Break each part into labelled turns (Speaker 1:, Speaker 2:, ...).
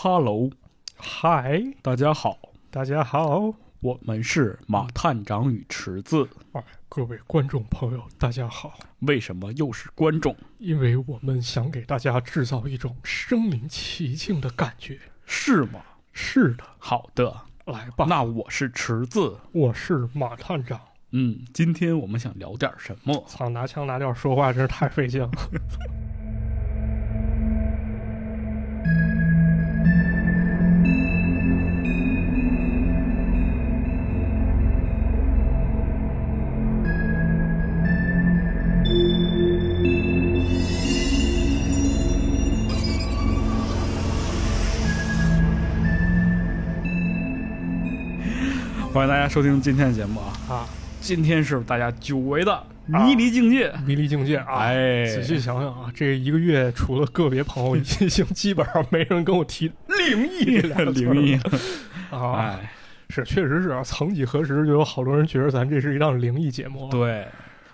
Speaker 1: Hello，
Speaker 2: 嗨，
Speaker 1: 大家好，
Speaker 2: 大家好，
Speaker 1: 我们是马探长与池子。
Speaker 2: 哎，各位观众朋友，大家好。
Speaker 1: 为什么又是观众？
Speaker 2: 因为我们想给大家制造一种身临其境的感觉。
Speaker 1: 是吗？
Speaker 2: 是的，
Speaker 1: 好的，
Speaker 2: 来吧。
Speaker 1: 那我是池子。
Speaker 2: 我是马探长。
Speaker 1: 嗯，今天我们想聊点什么？
Speaker 2: 操，拿腔拿调说话真是太费劲 了。
Speaker 1: 欢迎大家收听今天的节目啊！
Speaker 2: 啊，
Speaker 1: 今天是大家久违的
Speaker 2: 啊
Speaker 1: 迷离境界。
Speaker 2: 迷离境界啊！
Speaker 1: 哎，
Speaker 2: 仔细想想啊，这一个月除了个别朋友，已经基本上没人跟我提灵异这两个 字儿了
Speaker 1: 灵异，
Speaker 2: 啊。
Speaker 1: 哎，
Speaker 2: 是，确实是啊。曾几何时，就有好多人觉得咱这是一档灵异节目。啊
Speaker 1: 对，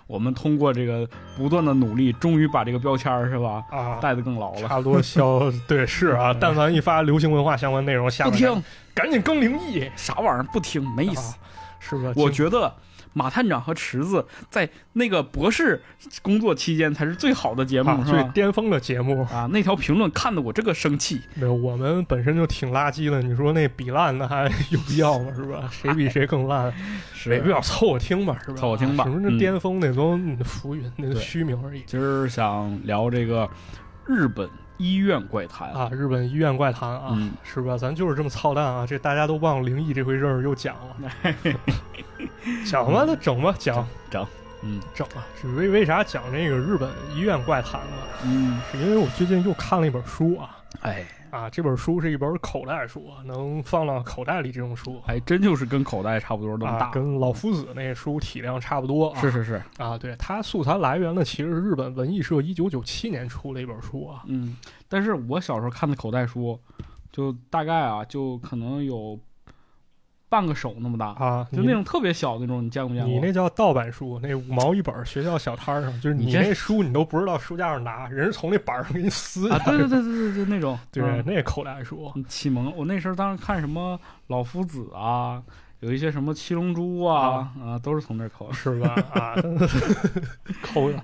Speaker 1: 我们通过这个不断的努力，终于把这个标签儿是吧
Speaker 2: 啊，
Speaker 1: 带得更牢了。
Speaker 2: 差不多消对是啊，
Speaker 1: 嗯
Speaker 2: 但凡一发流行文化相关内容，下
Speaker 1: 不
Speaker 2: 面
Speaker 1: 听
Speaker 2: 赶紧更灵异，
Speaker 1: 啥玩意儿，不听没意思。
Speaker 2: 啊，是吧？
Speaker 1: 我
Speaker 2: 今
Speaker 1: 觉得马探长和池子在那个博士工作期间才是最好的节目，
Speaker 2: 啊
Speaker 1: 是
Speaker 2: 最
Speaker 1: 吧？
Speaker 2: 巅峰的节目，
Speaker 1: 啊，那条评论看得我这个生气。
Speaker 2: 没有我们本身就挺垃圾的，你说那比烂的还有必要吗？是
Speaker 1: 哎
Speaker 2: 吧？谁比谁更烂？没必要凑合听吧，是吧？
Speaker 1: 凑合听吧
Speaker 2: 什么
Speaker 1: 嗯
Speaker 2: 这巅峰那都嗯浮云，那都
Speaker 1: 对
Speaker 2: 虚名而已
Speaker 1: 今儿想聊这个日本医院怪谈，
Speaker 2: 啊！日本医院怪谈啊，
Speaker 1: 嗯
Speaker 2: 是吧？咱就是这么操蛋啊！这大家都忘灵异这回事儿又讲了， 讲吧，那整吧，讲
Speaker 1: 整嗯
Speaker 2: 整吧。是为为啥讲这个日本医院怪谈呢？
Speaker 1: 嗯，
Speaker 2: 是因为我最近又看了一本书啊
Speaker 1: 哎，
Speaker 2: 啊，这本书是一本口袋书，啊，能放到口袋里这种书。
Speaker 1: 还真就是跟口袋差不多那么
Speaker 2: 啊
Speaker 1: 大，，
Speaker 2: 跟老夫子那书体量差不多啊。
Speaker 1: 是是是，
Speaker 2: 啊，对，它素材来源呢，其实是日本文艺社一九九七年出的一本书啊。
Speaker 1: 嗯。但是我小时候看的口袋书，就大概啊，就可能有半个手那么大，
Speaker 2: 啊，
Speaker 1: 就
Speaker 2: 你
Speaker 1: 那种特别小的那种，你见过没见过？
Speaker 2: 你那叫盗版书，那五毛一本儿，学校小摊儿上，就是
Speaker 1: 你
Speaker 2: 你
Speaker 1: 这
Speaker 2: 那书你都不知道书架上拿，人是从那板儿上给你撕
Speaker 1: 啊，
Speaker 2: 下
Speaker 1: 对
Speaker 2: 来
Speaker 1: 对
Speaker 2: 的。
Speaker 1: 对对对，就那种，
Speaker 2: 对
Speaker 1: 嗯，
Speaker 2: 那口 袋书
Speaker 1: 启蒙了。我那时候当时看什么老夫子啊，有一些什么七龙珠啊，啊，都是从那儿抠的。
Speaker 2: 是吧？ 啊，抠的，啊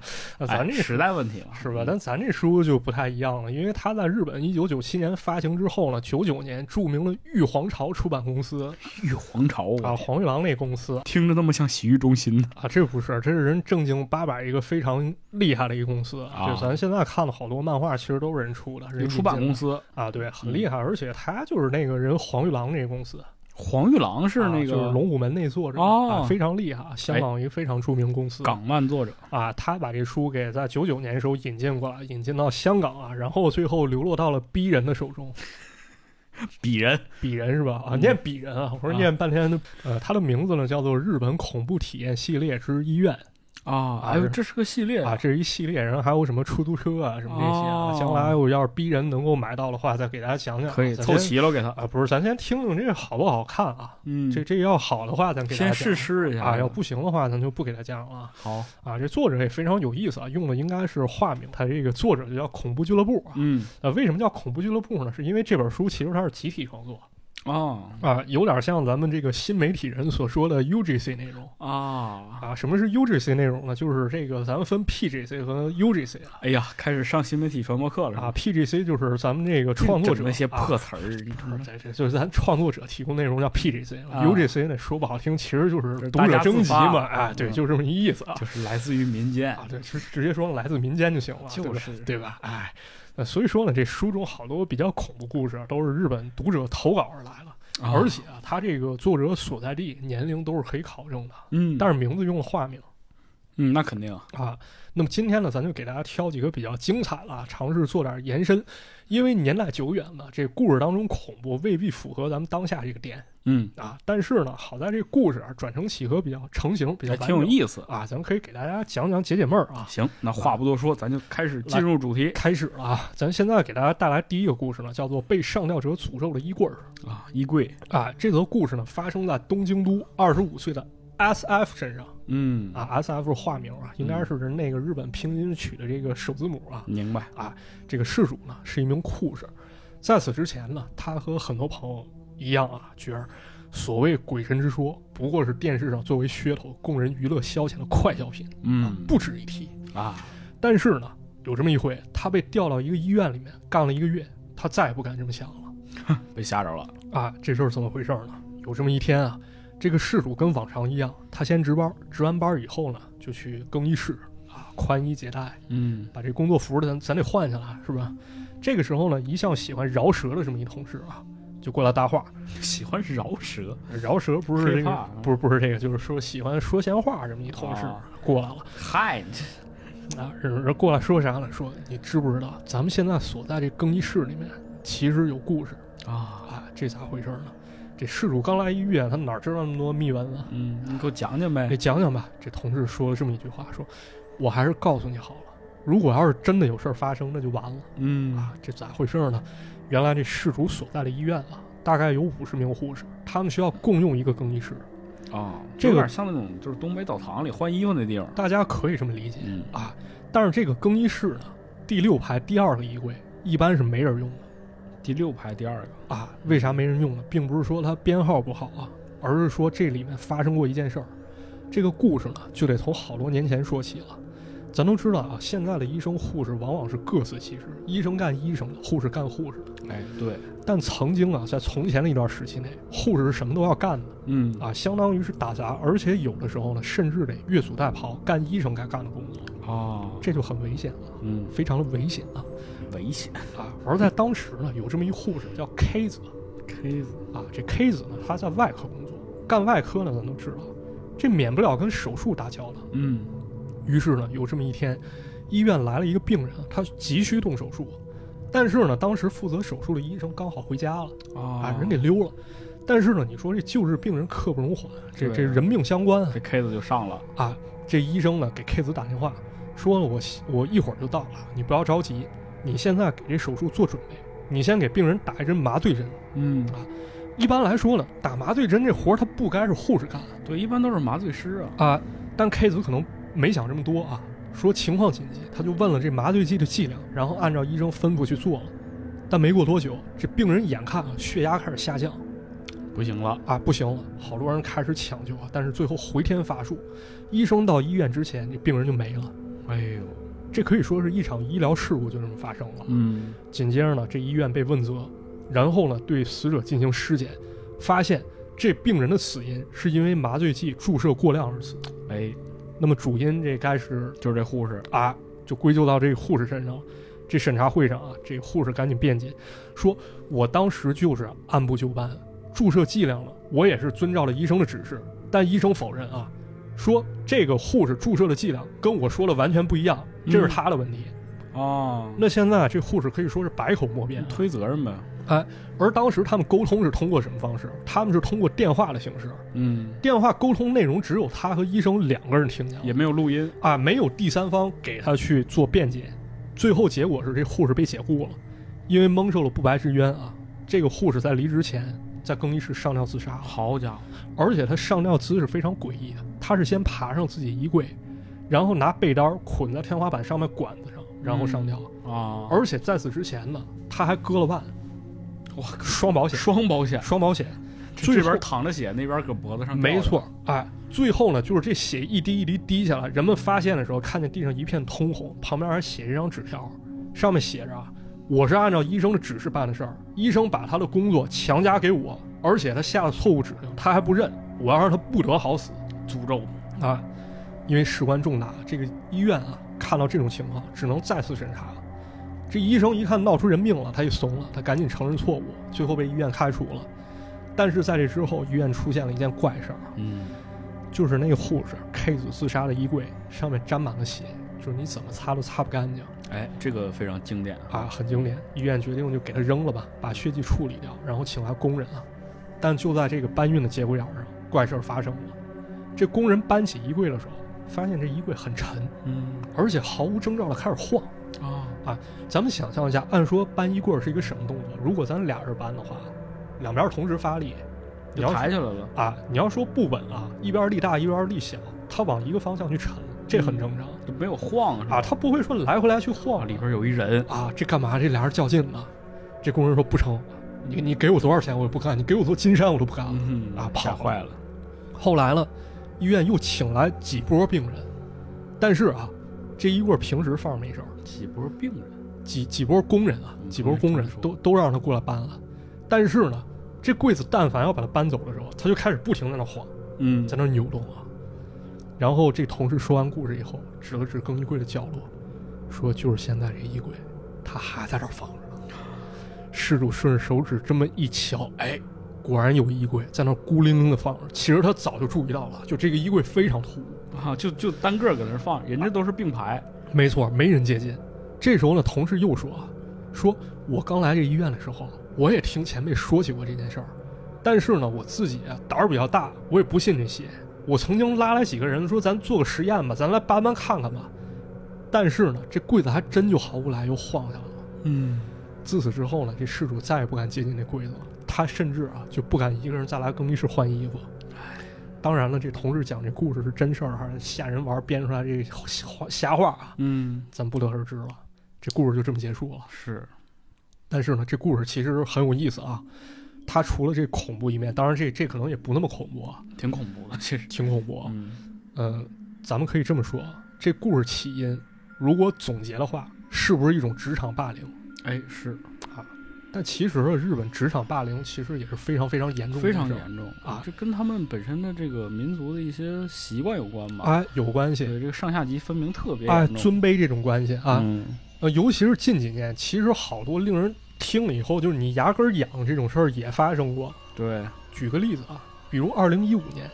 Speaker 2: 咱
Speaker 1: 哎
Speaker 2: 这
Speaker 1: 时代问题嘛，
Speaker 2: 是吧？
Speaker 1: 嗯
Speaker 2: 但咱这书就不太一样了，因为它在日本一九九七年发行之后呢，九九年著名的玉皇朝出版公司
Speaker 1: 玉皇朝我
Speaker 2: 啊，黄玉郎那公司
Speaker 1: 听着那么像洗浴中心呢。
Speaker 2: 啊，这不是，这是人正经八百一个非常厉害的一个公司
Speaker 1: 啊
Speaker 2: 就咱现在看的好多漫画，其实都是人出的，
Speaker 1: 有
Speaker 2: 人
Speaker 1: 出版公
Speaker 2: 司
Speaker 1: 司，
Speaker 2: 啊，对，很
Speaker 1: 嗯
Speaker 2: 厉害，而且他就是那个人黄玉郎那个公司，
Speaker 1: 黄玉郎是
Speaker 2: 啊
Speaker 1: 那
Speaker 2: 就是
Speaker 1: 个
Speaker 2: 龙虎门那作者、
Speaker 1: 哦
Speaker 2: 啊，非常厉害，香港一个非常著名公司。
Speaker 1: 港漫作者
Speaker 2: 啊，他把这书给在九九年的时候引进过来，引进到香港啊，然后最后流落到了鄙人的手中。
Speaker 1: 鄙人
Speaker 2: 鄙人是吧？啊，
Speaker 1: 嗯
Speaker 2: 念鄙人啊，我说
Speaker 1: 啊
Speaker 2: 念半天。呃，他的名字呢叫做《日本恐怖体验系列之医院
Speaker 1: 啊，哎呦，这是个系列》
Speaker 2: 啊，！这是一系列，然后还有什么出租车啊，什么这些啊。
Speaker 1: 哦
Speaker 2: 将来我要是逼人能够买到的话，再给大家讲讲啊。
Speaker 1: 可以
Speaker 2: 咱
Speaker 1: 凑
Speaker 2: 先
Speaker 1: 齐了给他。
Speaker 2: 啊，不是，咱先听听这个好不好看啊？
Speaker 1: 嗯，
Speaker 2: 这这要好的话，咱给大
Speaker 1: 先
Speaker 2: 家讲
Speaker 1: 试吃一下
Speaker 2: 啊，要不行的话，咱就不给他讲了啊。
Speaker 1: 好，
Speaker 2: 啊，这作者也非常有意思啊，用的应该是化名，他这个作者就叫恐怖俱乐部啊。
Speaker 1: 嗯
Speaker 2: 呃，为什么叫恐怖俱乐部呢？是因为这本书其实它是集体创作
Speaker 1: 啊
Speaker 2: 啊，有点像咱们这个新媒体人所说的 UGC 内容
Speaker 1: 啊，
Speaker 2: 啊。什么是 UGC 内容呢？就是这个咱们分 PGC 和 UGC 啊。
Speaker 1: 哎呀，开始上新媒体传播课了
Speaker 2: 啊，PGC 就是咱们这个创作者
Speaker 1: 整那些
Speaker 2: 啊
Speaker 1: 破词儿，你知道吗
Speaker 2: 这这就是咱创作者提供内容叫 PGC，UGC、
Speaker 1: 啊
Speaker 2: UGC 呢说不好听，其实就是读者征集
Speaker 1: 就是大家
Speaker 2: 嘛，
Speaker 1: 自发
Speaker 2: 哎，对，
Speaker 1: 嗯
Speaker 2: 就这么一意思啊，
Speaker 1: 就是来自于民间
Speaker 2: 啊，对，直直接说来自民间就行了，对吧
Speaker 1: 就是
Speaker 2: 对吧？哎，那所以说呢，这书中好多比较恐怖故事都是日本读者投稿而来了，而且啊，他这个作者所在地、年龄都是可以考证的，
Speaker 1: 嗯，
Speaker 2: 但
Speaker 1: 是
Speaker 2: 是名字用了化名
Speaker 1: 嗯，那肯定啊
Speaker 2: 啊。那么今天呢，咱就给大家挑几个比较精彩了，啊尝试做点延伸，因为年代久远了，这故事当中恐怖未必符合咱们当下这个点
Speaker 1: 嗯，
Speaker 2: 啊。但是呢，好在这故事啊转成几何比较成型，比较
Speaker 1: 还
Speaker 2: 完
Speaker 1: 挺有
Speaker 2: 整
Speaker 1: 意思。
Speaker 2: 啊，咱们可以给大家讲讲解解闷儿啊。
Speaker 1: 行，那话不多说，咱就开始进入主题
Speaker 2: 开始了啊！咱现在给大家带来第一个故事呢，叫做《被上吊者诅咒的衣柜儿
Speaker 1: 啊。衣柜，》
Speaker 2: 啊。这则故事呢，发生在东京都二十五岁的 S.F 身上
Speaker 1: 嗯，
Speaker 2: 啊。S.F 是化名啊，应该是那个日本拼音取的这个首字母啊。
Speaker 1: 明白
Speaker 2: 这个事主呢是一名护士，在此之前呢，他和很多朋友一样啊，觉得所谓鬼神之说不过是电视上作为噱头供人娱乐消遣的快消品，啊
Speaker 1: 嗯
Speaker 2: 不值一提。
Speaker 1: 啊，
Speaker 2: 但是呢，有这么一回，他被调到一个医院里面干了一个月，他再也不敢这么想了。
Speaker 1: 被吓着了。
Speaker 2: 啊，这事儿怎么回事儿呢？有这么一天啊，这个事主跟往常一样，他先值班，值完班以后呢，就去更衣室啊，宽衣解带，
Speaker 1: 嗯
Speaker 2: 把这工作服儿咱咱得换下来，是吧？这个时候呢，一向喜欢饶舌的这么一同事啊，就过来搭话。
Speaker 1: 嗯喜欢饶舌，啊
Speaker 2: 饶舌 不是
Speaker 1: 害
Speaker 2: 这
Speaker 1: 怕
Speaker 2: 个，不是不是这个，就是说喜欢说闲话这么一同事
Speaker 1: 啊
Speaker 2: 过来了。
Speaker 1: 嗨，你这
Speaker 2: 啊，人人过来说啥了？说你知不知道，咱们现在所在这更衣室里面其实有故事
Speaker 1: 啊，
Speaker 2: 啊？这咋回事呢？这事主刚来医院，他哪知道那么多秘闻啊？
Speaker 1: 嗯，你给我讲讲呗
Speaker 2: 你。讲讲吧。这同志说了这么一句话，说我还是告诉你好了，如果要是真的有事儿发生，那就完了
Speaker 1: 嗯
Speaker 2: 啊！这咋回事呢？原来这事主所在的医院啊，大概有五十名护士，他们需要共用一个更衣室，
Speaker 1: 啊，
Speaker 2: 这
Speaker 1: 有
Speaker 2: 个
Speaker 1: 点像那种就是东北澡堂里换衣服那地方。
Speaker 2: 大家可以这么理解
Speaker 1: 嗯
Speaker 2: 啊。但是这个更衣室呢，第六排第二个衣柜一般是没人用的。
Speaker 1: 第六排第二个
Speaker 2: 啊，为啥没人用呢？并不是说它编号不好啊，而是说这里面发生过一件事儿。这个故事呢，就得从好多年前说起了。咱都知道啊，现在的医生护士往往是各司其职，医生干医生的，护士干护士的。，
Speaker 1: 哎，对，
Speaker 2: 但曾经啊，在从前的一段时期内，护士是什么都要干的
Speaker 1: 嗯
Speaker 2: 啊，相当于是打杂，而且有的时候呢，甚至得越俎代庖，干医生该干的工作，
Speaker 1: 啊，
Speaker 2: 这就很危险了，
Speaker 1: 嗯
Speaker 2: 非常的危险啊
Speaker 1: 危险
Speaker 2: 啊！而在当时呢，有这么一护士叫 K 子，
Speaker 1: ，case
Speaker 2: 啊，这 K 子呢，他在外科工作，干外科呢，咱都知道，这免不了跟手术打交道。
Speaker 1: 嗯
Speaker 2: 于是呢，有这么一天，医院来了一个病人，他急需动手术，但是呢，当时负责手术的医生刚好回家了，把
Speaker 1: 啊
Speaker 2: 人给溜了。但是呢，你说这救治病人刻不容缓，这
Speaker 1: 对
Speaker 2: 这人命相关啊
Speaker 1: 这 case 就上了。
Speaker 2: 啊！这医生呢，给 K 子打电话，说了我我一会儿就到了，你不要着急，你现在给这手术做准备，你先给病人打一针麻醉针。
Speaker 1: 嗯，
Speaker 2: 一般来说呢，打麻醉针这活儿它不该是护士干
Speaker 1: 对，一般都是麻醉师啊。
Speaker 2: 啊，但 K 组可能没想这么多啊，说情况紧急，他就问了这麻醉剂的剂量，然后按照医生吩咐去做了。但没过多久，这病人眼看啊血压开始下降
Speaker 1: 不行了，
Speaker 2: 啊，不行了，好多人开始抢救啊，但是最后回天乏术，医生到医院之前，这病人就没了。
Speaker 1: 哎呦，
Speaker 2: 这可以说是一场医疗事故就这么发生了。
Speaker 1: 嗯，
Speaker 2: 紧接着呢，这医院被问责，然后呢对死者进行尸检，发现这病人的死因是因为麻醉剂注射过量而死。
Speaker 1: 哎，
Speaker 2: 那么主因这该是
Speaker 1: 就是这护士，
Speaker 2: 啊，就归咎到这个护士身上了。这审查会上啊，这护士赶紧辩解，说我当时就是按部就班，注射剂量了，我也是遵照了医生的指示，但医生否认啊，说这个护士注射的剂量跟我说的完全不一样，这是
Speaker 1: 嗯
Speaker 2: 他的问题。
Speaker 1: 哦，
Speaker 2: 那现在这护士可以说是百口莫辩啊、
Speaker 1: 推责任呗。
Speaker 2: 而当时他们沟通是通过什么方式？他们是通过电话的形式，
Speaker 1: 嗯，
Speaker 2: 电话沟通内容只有他和医生两个人听见了，
Speaker 1: 也没有录音。
Speaker 2: 啊，没有第三方给他去做辩解。最后结果是这护士被解雇了，因为蒙受了不白之冤啊。这个护士在离职前在更衣室上吊自杀了，
Speaker 1: 好家伙，
Speaker 2: 而且他上吊姿势非常诡异的，他是先爬上自己衣柜，然后拿被单捆在天花板上面管子上，然后上吊。
Speaker 1: 啊！
Speaker 2: 而且在此之前呢，他还割了腕，
Speaker 1: 我靠，
Speaker 2: 双保险，
Speaker 1: 双保险，
Speaker 2: 双保险。
Speaker 1: 这
Speaker 2: 最
Speaker 1: 边
Speaker 2: 后
Speaker 1: 躺着血，那边搁脖子上。
Speaker 2: 没，错，哎，最后呢，就是这血一滴一滴滴下来，人们发现的时候，看见地上一片通红，旁边还写着一张纸条，上面写着啊：“我是按照医生的指示办的事儿，医生把他的工作强加给我，而且他下了错误指令，他还不认，我要让他不得好死
Speaker 1: 诅咒。
Speaker 2: 啊！”因为事关重大，这个医院啊，看到这种情况，只能再次审查。这医生一看闹出人命了，他也怂了，他赶紧承认错误，最后被医院开除了。但是在这之后，医院出现了一件怪事儿。
Speaker 1: 嗯，
Speaker 2: 就是那个护士 K 组自杀的衣柜上面沾满了血，就是你怎么擦都擦不干净
Speaker 1: 哎，这个非常经典
Speaker 2: 啊，！很经典。医院决定就给他扔了吧，把血迹处理掉，然后请来工人啊。但就在这个搬运的节骨眼儿上，怪事儿发生了。这工人搬起衣柜的时候，发现这衣柜很沉，
Speaker 1: 嗯
Speaker 2: 而且毫无征兆的开始晃。
Speaker 1: 啊，
Speaker 2: 咱们想象一下，按说搬衣柜是一个什么动作？如果咱俩人搬的话，两边同时发力，你
Speaker 1: 就
Speaker 2: 要
Speaker 1: 抬起来了。
Speaker 2: 啊，你要说不稳啊，一边力大一边力小，它往一个方向去沉，这
Speaker 1: 嗯
Speaker 2: 很正常。啊
Speaker 1: 就没有晃是吧
Speaker 2: 啊，他不会说来回来去晃
Speaker 1: 啊，里边有一人
Speaker 2: 啊，这干嘛？这俩人较劲呢？这工人说不成，你你给我多少钱我也不干，你给我座金山我都不干了。
Speaker 1: 嗯
Speaker 2: 啊
Speaker 1: 吓
Speaker 2: 跑
Speaker 1: 坏了，
Speaker 2: 后来呢，医院又请来几波病人，但是啊，这一棍儿平时放着没事儿，
Speaker 1: 几波病人，
Speaker 2: 几几波工人啊，
Speaker 1: 嗯
Speaker 2: 几波工
Speaker 1: 这
Speaker 2: 人
Speaker 1: 么说
Speaker 2: 都都让他过来搬了，但是呢，这柜子但凡要把它搬走的时候，他就开始不停地在那晃，
Speaker 1: 嗯
Speaker 2: 在那扭动啊。然后这同事说完故事以后，指了指更衣柜的角落，说就是现在这衣柜，他还在这儿放着呢。事主顺着手指这么一瞧，哎，果然有衣柜在那儿孤零零的放着。其实他早就注意到了，就这个衣柜非常突兀。
Speaker 1: 啊，就就单个儿搁那儿放，人家都是并排，
Speaker 2: 没错，没人接近。这时候呢，同事又说啊，说我刚来这医院的时候，我也听前辈说起过这件事儿，但是呢，我自己啊胆儿比较大，我也不信这邪。我曾经拉来几个人说，咱做个实验吧，咱来搬搬看看吧。但是呢，这柜子还真就毫无来由晃下来了。
Speaker 1: 嗯，
Speaker 2: 自此之后呢，这事主再也不敢接近那柜子了。他甚至啊就不敢一个人再来更衣室换衣服。当然了，这同事讲这故事是真事儿还是吓人玩儿编出来这瞎话瞎话啊？
Speaker 1: 嗯，
Speaker 2: 咱不得而知了。这故事就这么结束了。
Speaker 1: 是，
Speaker 2: 但是呢，这故事其实很有意思啊。它除了这恐怖一面，当然这这可能也不那么恐怖啊，
Speaker 1: 挺恐怖的，其 实，
Speaker 2: 挺恐怖啊。
Speaker 1: 嗯
Speaker 2: 嗯，咱们可以这么说，啊，这故事起因如果总结的话，是不是一种职场霸凌？
Speaker 1: 哎，是
Speaker 2: 但其实啊日本职场霸凌其实也是非常非常严重的
Speaker 1: 非
Speaker 2: 一件
Speaker 1: 常
Speaker 2: 事儿
Speaker 1: 严重
Speaker 2: 啊
Speaker 1: 这跟他们本身的这个民族的一些习惯有关吧？
Speaker 2: 哎有关系
Speaker 1: 对，这个上下级分明特别
Speaker 2: 哎
Speaker 1: 严重
Speaker 2: 尊卑这种关系啊，
Speaker 1: 嗯
Speaker 2: 呃，尤其是近几年，其实好多令人听了以后就是你牙根儿痒这种事儿也发生过，
Speaker 1: 对，
Speaker 2: 举个例子啊，比如二零一五年，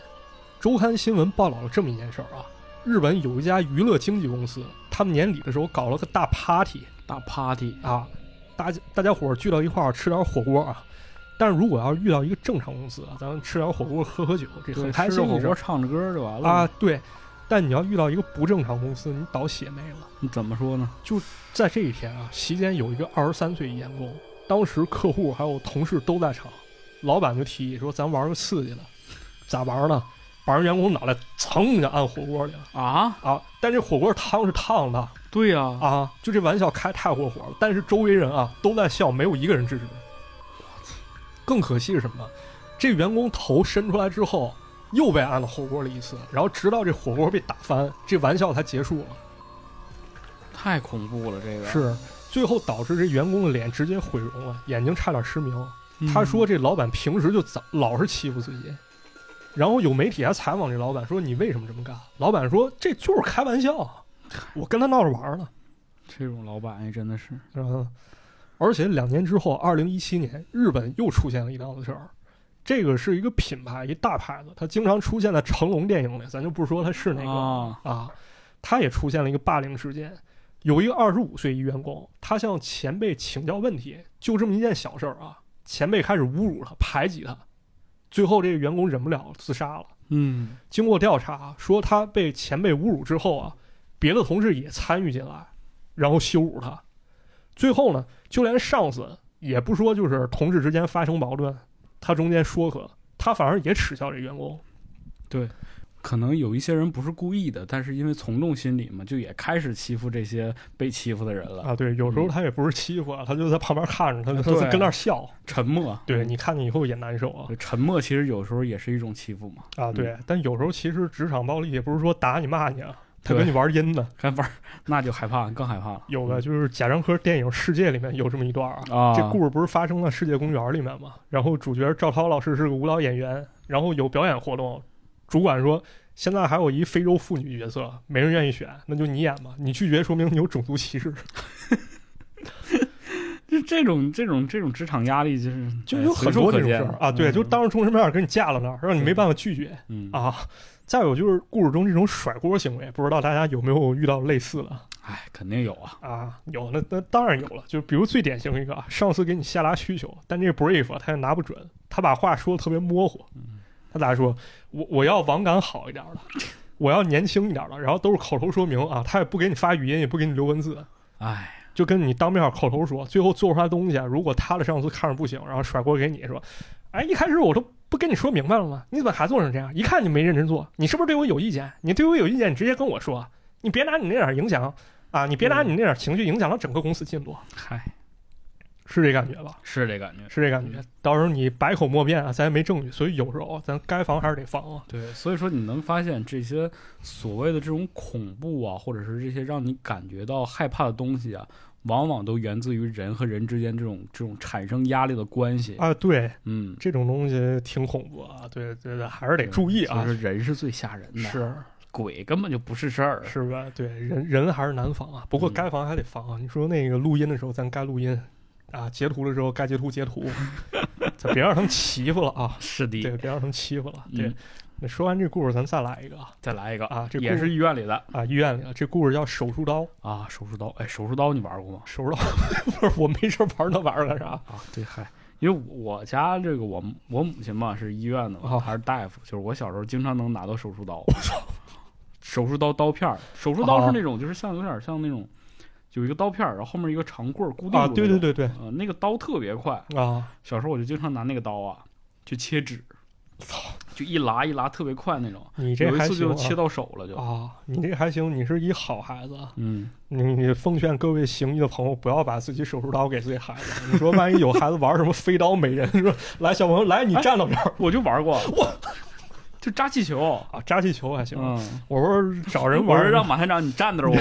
Speaker 2: 周刊新闻报道了这么一件事儿啊，日本有一家娱乐经纪公司，他们年底的时候搞了个大 party
Speaker 1: 大 party，
Speaker 2: 啊，大家大家伙儿聚到一块儿吃点火锅啊。但是如果要是遇到一个正常公司啊，咱们吃点火锅喝喝酒，这很
Speaker 1: 对，
Speaker 2: 开
Speaker 1: 吃
Speaker 2: 心
Speaker 1: 着火
Speaker 2: 一事
Speaker 1: 锅
Speaker 2: 儿
Speaker 1: 唱着歌就完了
Speaker 2: 啊。。对，但你要遇到一个不正常公司，你倒血霉了。
Speaker 1: 你怎么说呢？
Speaker 2: 在这一天啊，席间有一个二十三岁员工，当时客户还有同事都在场，老板就提议说：“咱玩个刺激的，咋玩呢？把人员工脑袋噌一下按火锅里了
Speaker 1: 啊，
Speaker 2: 啊！但这火锅汤是烫的
Speaker 1: 对呀、啊，
Speaker 2: 啊！就这玩笑开太过火了，但是周围人啊都在笑，没有一个人制止。更可惜是什么？这员工头伸出来之后，又被按了火锅里一次，然后直到这火锅被打翻，这玩笑才结束了。”
Speaker 1: 太恐怖了，这个
Speaker 2: 是，最后导致这员工的脸直接毁容了，眼睛差点失明。
Speaker 1: 嗯
Speaker 2: 他说这老板平时就早老是欺负自己，然后有媒体还采访这老板说你为什么这么干？老板说这就是开玩笑啊，我跟他闹着玩儿呢。
Speaker 1: 这种老板哎，真的是，
Speaker 2: 嗯，而且两年之后，二零一七年，日本又出现了一档子事儿。这个是一个品牌，一大牌子，它经常出现在成龙电影里，咱就不说它是哪个了
Speaker 1: 啊，
Speaker 2: 啊，他也出现了一个霸凌事件。有一个二十五岁一员工，他向前辈请教问题，就这么一件小事儿啊，前辈开始侮辱他、排挤他，最后这个员工忍不了了自杀了。
Speaker 1: 嗯，
Speaker 2: 经过调查，啊说他被前辈侮辱之后啊，别的同事也参与进来，然后羞辱他。最后呢，就连上司也不说，就是同事之间发生矛盾，他中间说和，他反而也耻笑这员工。
Speaker 1: 可能有一些人不是故意的，但是因为从众心理嘛，就也开始欺负这些被欺负的人了，
Speaker 2: 啊，对，有时候他也不是欺负啊，他就在旁边看着，他
Speaker 1: 嗯
Speaker 2: 就他
Speaker 1: 啊对嗯
Speaker 2: 在跟那儿笑。
Speaker 1: 沉默，
Speaker 2: 对，你看见以后也难受啊
Speaker 1: 对沉默其实有时候也是一种欺负嘛，
Speaker 2: 啊！
Speaker 1: 嗯
Speaker 2: 对，但有时候其实职场暴力也不是说打你骂你啊，他
Speaker 1: 对嗯
Speaker 2: 跟你玩阴的。
Speaker 1: 还玩儿那就害怕，更害怕了，
Speaker 2: 有的就是贾樟柯电影《世界》里面有这么一段啊，
Speaker 1: 啊，
Speaker 2: 这故事不是发生在世界公园里面吗？然后主角赵涛老师是个舞蹈演员，然后有表演活动，主管说现在还有一非洲妇女角色，没人愿意选，那就你演吧，你拒绝说明你有种族歧视。
Speaker 1: 哎这这种这种这种职场压力就是
Speaker 2: 就
Speaker 1: 哎
Speaker 2: 有
Speaker 1: 随
Speaker 2: 很
Speaker 1: 处
Speaker 2: 多
Speaker 1: 可
Speaker 2: 这种事
Speaker 1: 见
Speaker 2: 儿啊，对，
Speaker 1: 嗯
Speaker 2: 就当着众生面儿给你架到那儿，让你没办法拒绝
Speaker 1: 嗯，
Speaker 2: 啊。再有就是故事中这种甩锅行为，不知道大家有没有遇到类似的
Speaker 1: 哎，肯定有啊，
Speaker 2: 啊？有，那那当然有了。就比如最典型一个啊，上司给你下达需求，但这 brief 啊他也拿不准，他把话说的特别模糊。他咋说？我我要网感好一点儿的，我要年轻一点儿的，然后都是口头说明啊，他也不给你发语音，也不给你留文字，
Speaker 1: 哎，
Speaker 2: 就跟你当面口头说，最后做出来东西啊，如果他的上司看着不行，然后甩锅给你说，哎，一开始我都不跟你说明白了吗？你怎么还做成这样？一看你没认真做，你是不是对我有意见？你对我有意见，你直接跟我说，你别拿你那点儿影响啊，你别拿你那点儿情绪影响到整个公司进度。
Speaker 1: 嗨，
Speaker 2: 是这感觉吧？
Speaker 1: 是这感觉。
Speaker 2: 是这感觉。到时候你百口莫辩啊，咱也没证据，所以有时候咱该防还是得防啊。
Speaker 1: 对，所以说你能发现这些所谓的这种恐怖啊，或者是这些让你感觉到害怕的东西啊，往往都源自于人和人之间这种这种产生压力的关系。
Speaker 2: 啊，对，
Speaker 1: 嗯，
Speaker 2: 这种东西挺恐怖啊，对对对，还是得注意啊
Speaker 1: 所以。说人是最吓人的，
Speaker 2: 是
Speaker 1: 鬼根本就不是事儿。
Speaker 2: 是吧？对，人人还是难防啊。不过
Speaker 1: 嗯
Speaker 2: 该防还得防啊。你说那个录音的时候，咱该录音啊，截图的时候该截图 截图，咱别让他们欺负了啊。
Speaker 1: 是的，
Speaker 2: 对，别让他们欺负了。
Speaker 1: 嗯
Speaker 2: 对，那说完这故事，咱再来一个啊
Speaker 1: 再来一个
Speaker 2: 啊这
Speaker 1: 也
Speaker 2: 故
Speaker 1: 是医院里的
Speaker 2: 啊！医院里啊，这故事叫手术刀，
Speaker 1: 啊，手术刀。哎，手术刀你玩过吗？
Speaker 2: 手术刀， 不是我没事玩那玩意儿干啥？
Speaker 1: 啊，对，嗨，因为我我家这个我我母亲嘛是医院的嘛，
Speaker 2: 哦
Speaker 1: 还是大夫，就是我小时候经常能拿到手术刀。我操！手术刀刀片儿，手术刀
Speaker 2: 哦
Speaker 1: 是那种，就是像有点像那种，有一个刀片儿，然后后面一个长棍儿固定住、
Speaker 2: 啊，对对，对对
Speaker 1: 呃，那个刀特别快，
Speaker 2: 啊，
Speaker 1: 小时候我就经常拿那个刀啊去切纸，
Speaker 2: 操，
Speaker 1: 就一拉一拉特别快那种，
Speaker 2: 你这
Speaker 1: 有一
Speaker 2: 还
Speaker 1: 次
Speaker 2: 行
Speaker 1: 就
Speaker 2: 啊
Speaker 1: 切到手了就，
Speaker 2: 啊，你这还行，你是一好孩子啊。
Speaker 1: 嗯，
Speaker 2: 你你奉劝各位行医的朋友，不要把自己手术刀给自己孩子。你说万一有孩子玩什么飞刀美人，说来小朋友来，你站到这儿
Speaker 1: 我就玩过，我就扎气球，
Speaker 2: 啊，扎气球还行。
Speaker 1: 嗯，
Speaker 2: 我说找人
Speaker 1: 我
Speaker 2: 玩
Speaker 1: 是
Speaker 2: 儿，
Speaker 1: 让马探长你站那儿，我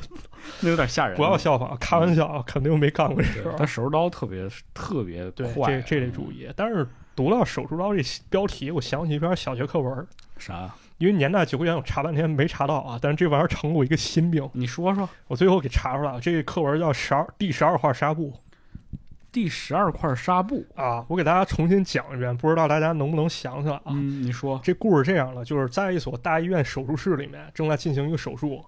Speaker 1: 那有点吓人，
Speaker 2: 不要效仿，开玩笑，啊，肯定没干过这事
Speaker 1: 对
Speaker 2: 儿。
Speaker 1: 但手术刀特别特别
Speaker 2: 对，
Speaker 1: 快，
Speaker 2: 这这得注意。但是读到手术刀这标题，我想起一篇小学课文儿，
Speaker 1: 嗯啥？
Speaker 2: 因为年代久远，我查半天没查到啊。但是这玩意儿成了我一个心病，
Speaker 1: 你说说
Speaker 2: 我最后给查出来了。这个课文叫《十二第十二块纱布》，
Speaker 1: 第十二块纱布
Speaker 2: 啊，我给大家重新讲一遍，不知道大家能不能想起来啊？
Speaker 1: 嗯，你说
Speaker 2: 这故事这样了，就是在一所大医院手术室里面正在进行一个手术，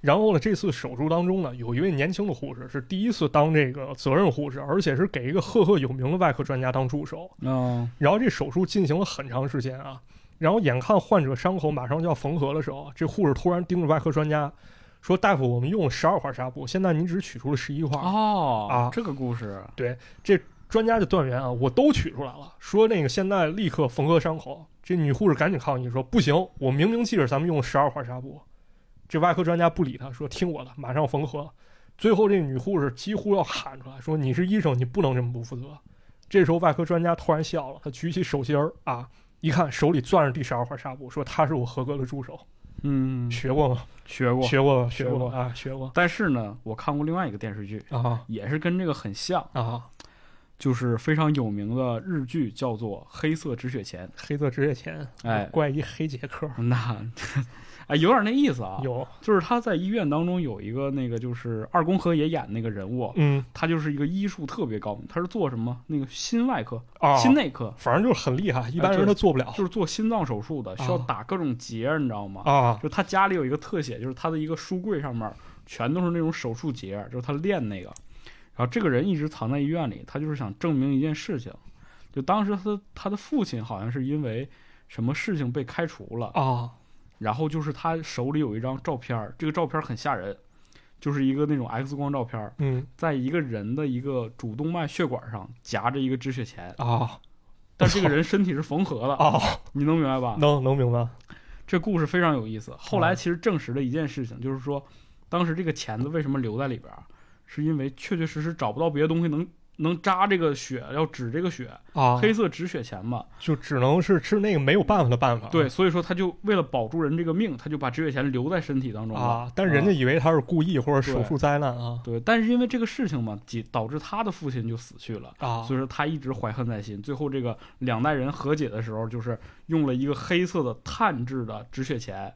Speaker 2: 然后呢，这次手术当中呢，有一位年轻的护士是第一次当这个责任护士，而且是给一个赫赫有名的外科专家当助手。
Speaker 1: 嗯
Speaker 2: 然后这手术进行了很长时间啊，然后眼看患者伤口马上就要缝合的时候，啊这护士突然盯着外科专家说：“大夫，我们用十二块纱布，现在您只取出了十一块。”
Speaker 1: 哦
Speaker 2: 啊
Speaker 1: 这个故事
Speaker 2: 专家就断言啊，我都取出来了，说那个现在立刻缝合伤口。这女护士赶紧抗议说：“不行，我明明记着咱们用十二块纱布。”这外科专家不理她，说：“听我的，马上缝合。”最后这女护士几乎要喊出来说：“你是医生，你不能这么不负责。”这时候外科专家突然笑了，他举起手心儿啊，一看手里攥着第十二块纱布，说：“他是我合格的助手。
Speaker 1: 嗯
Speaker 2: 学过吗？
Speaker 1: 学过，
Speaker 2: 学过，
Speaker 1: 学
Speaker 2: 学过
Speaker 1: 过
Speaker 2: 啊，学过
Speaker 1: 但是呢，我看过另外一个电视剧，
Speaker 2: 啊
Speaker 1: 也是跟这个很像，
Speaker 2: 啊！
Speaker 1: 就是非常有名的日剧，叫做《黑色止血钳》。
Speaker 2: 黑色止血钳，
Speaker 1: 哎
Speaker 2: 怪一黑杰克，
Speaker 1: 那哎，有点那意思啊，
Speaker 2: 有，
Speaker 1: 就是他在医院当中有一个那个，就是二宫和也演那个人物，
Speaker 2: 嗯
Speaker 1: 他就是一个医术特别高明，他是做什么？那个心外科、
Speaker 2: 啊，
Speaker 1: 心内科，
Speaker 2: 反正就是很厉害，一般人他做不了
Speaker 1: 哎就是做心脏手术的，需要打各种结，你知道吗？
Speaker 2: 啊
Speaker 1: 就他家里有一个特写，就是他的一个书柜上面全都是那种手术结，就是他练那个。然后这个人一直藏在医院里，他就是想证明一件事情，就当时他他的父亲好像是因为什么事情被开除了，
Speaker 2: 啊
Speaker 1: 然后就是他手里有一张照片儿，这个照片儿很吓人，就是一个那种 X 光照片儿，
Speaker 2: 嗯
Speaker 1: 在一个人的一个主动脉血管上夹着一个止血钳，
Speaker 2: 啊
Speaker 1: 但这个人身体是缝合的，
Speaker 2: 啊，
Speaker 1: 你能明白吧？
Speaker 2: 能能明白
Speaker 1: 这故事非常有意思。后来其实证实了一件事情，就是说，当时这个钳子为什么留在里边儿，是因为确确实实找不到别的东西能能扎这个血，要止这个血，
Speaker 2: 啊
Speaker 1: 黑色止血钳嘛。
Speaker 2: 就只能是吃那个没有办法的办法，
Speaker 1: 对，所以说他就为了保住人这个命，他就把止血钳留在身体当中了。
Speaker 2: 啊，但人家以为他是故意或者手术灾难啊
Speaker 1: 对，但是因为这个事情嘛，导导致他的父亲就死去了。
Speaker 2: 啊
Speaker 1: 所以说他一直怀恨在心，最后这个两代人和解的时候，就是用了一个黑色的碳制的止血钳，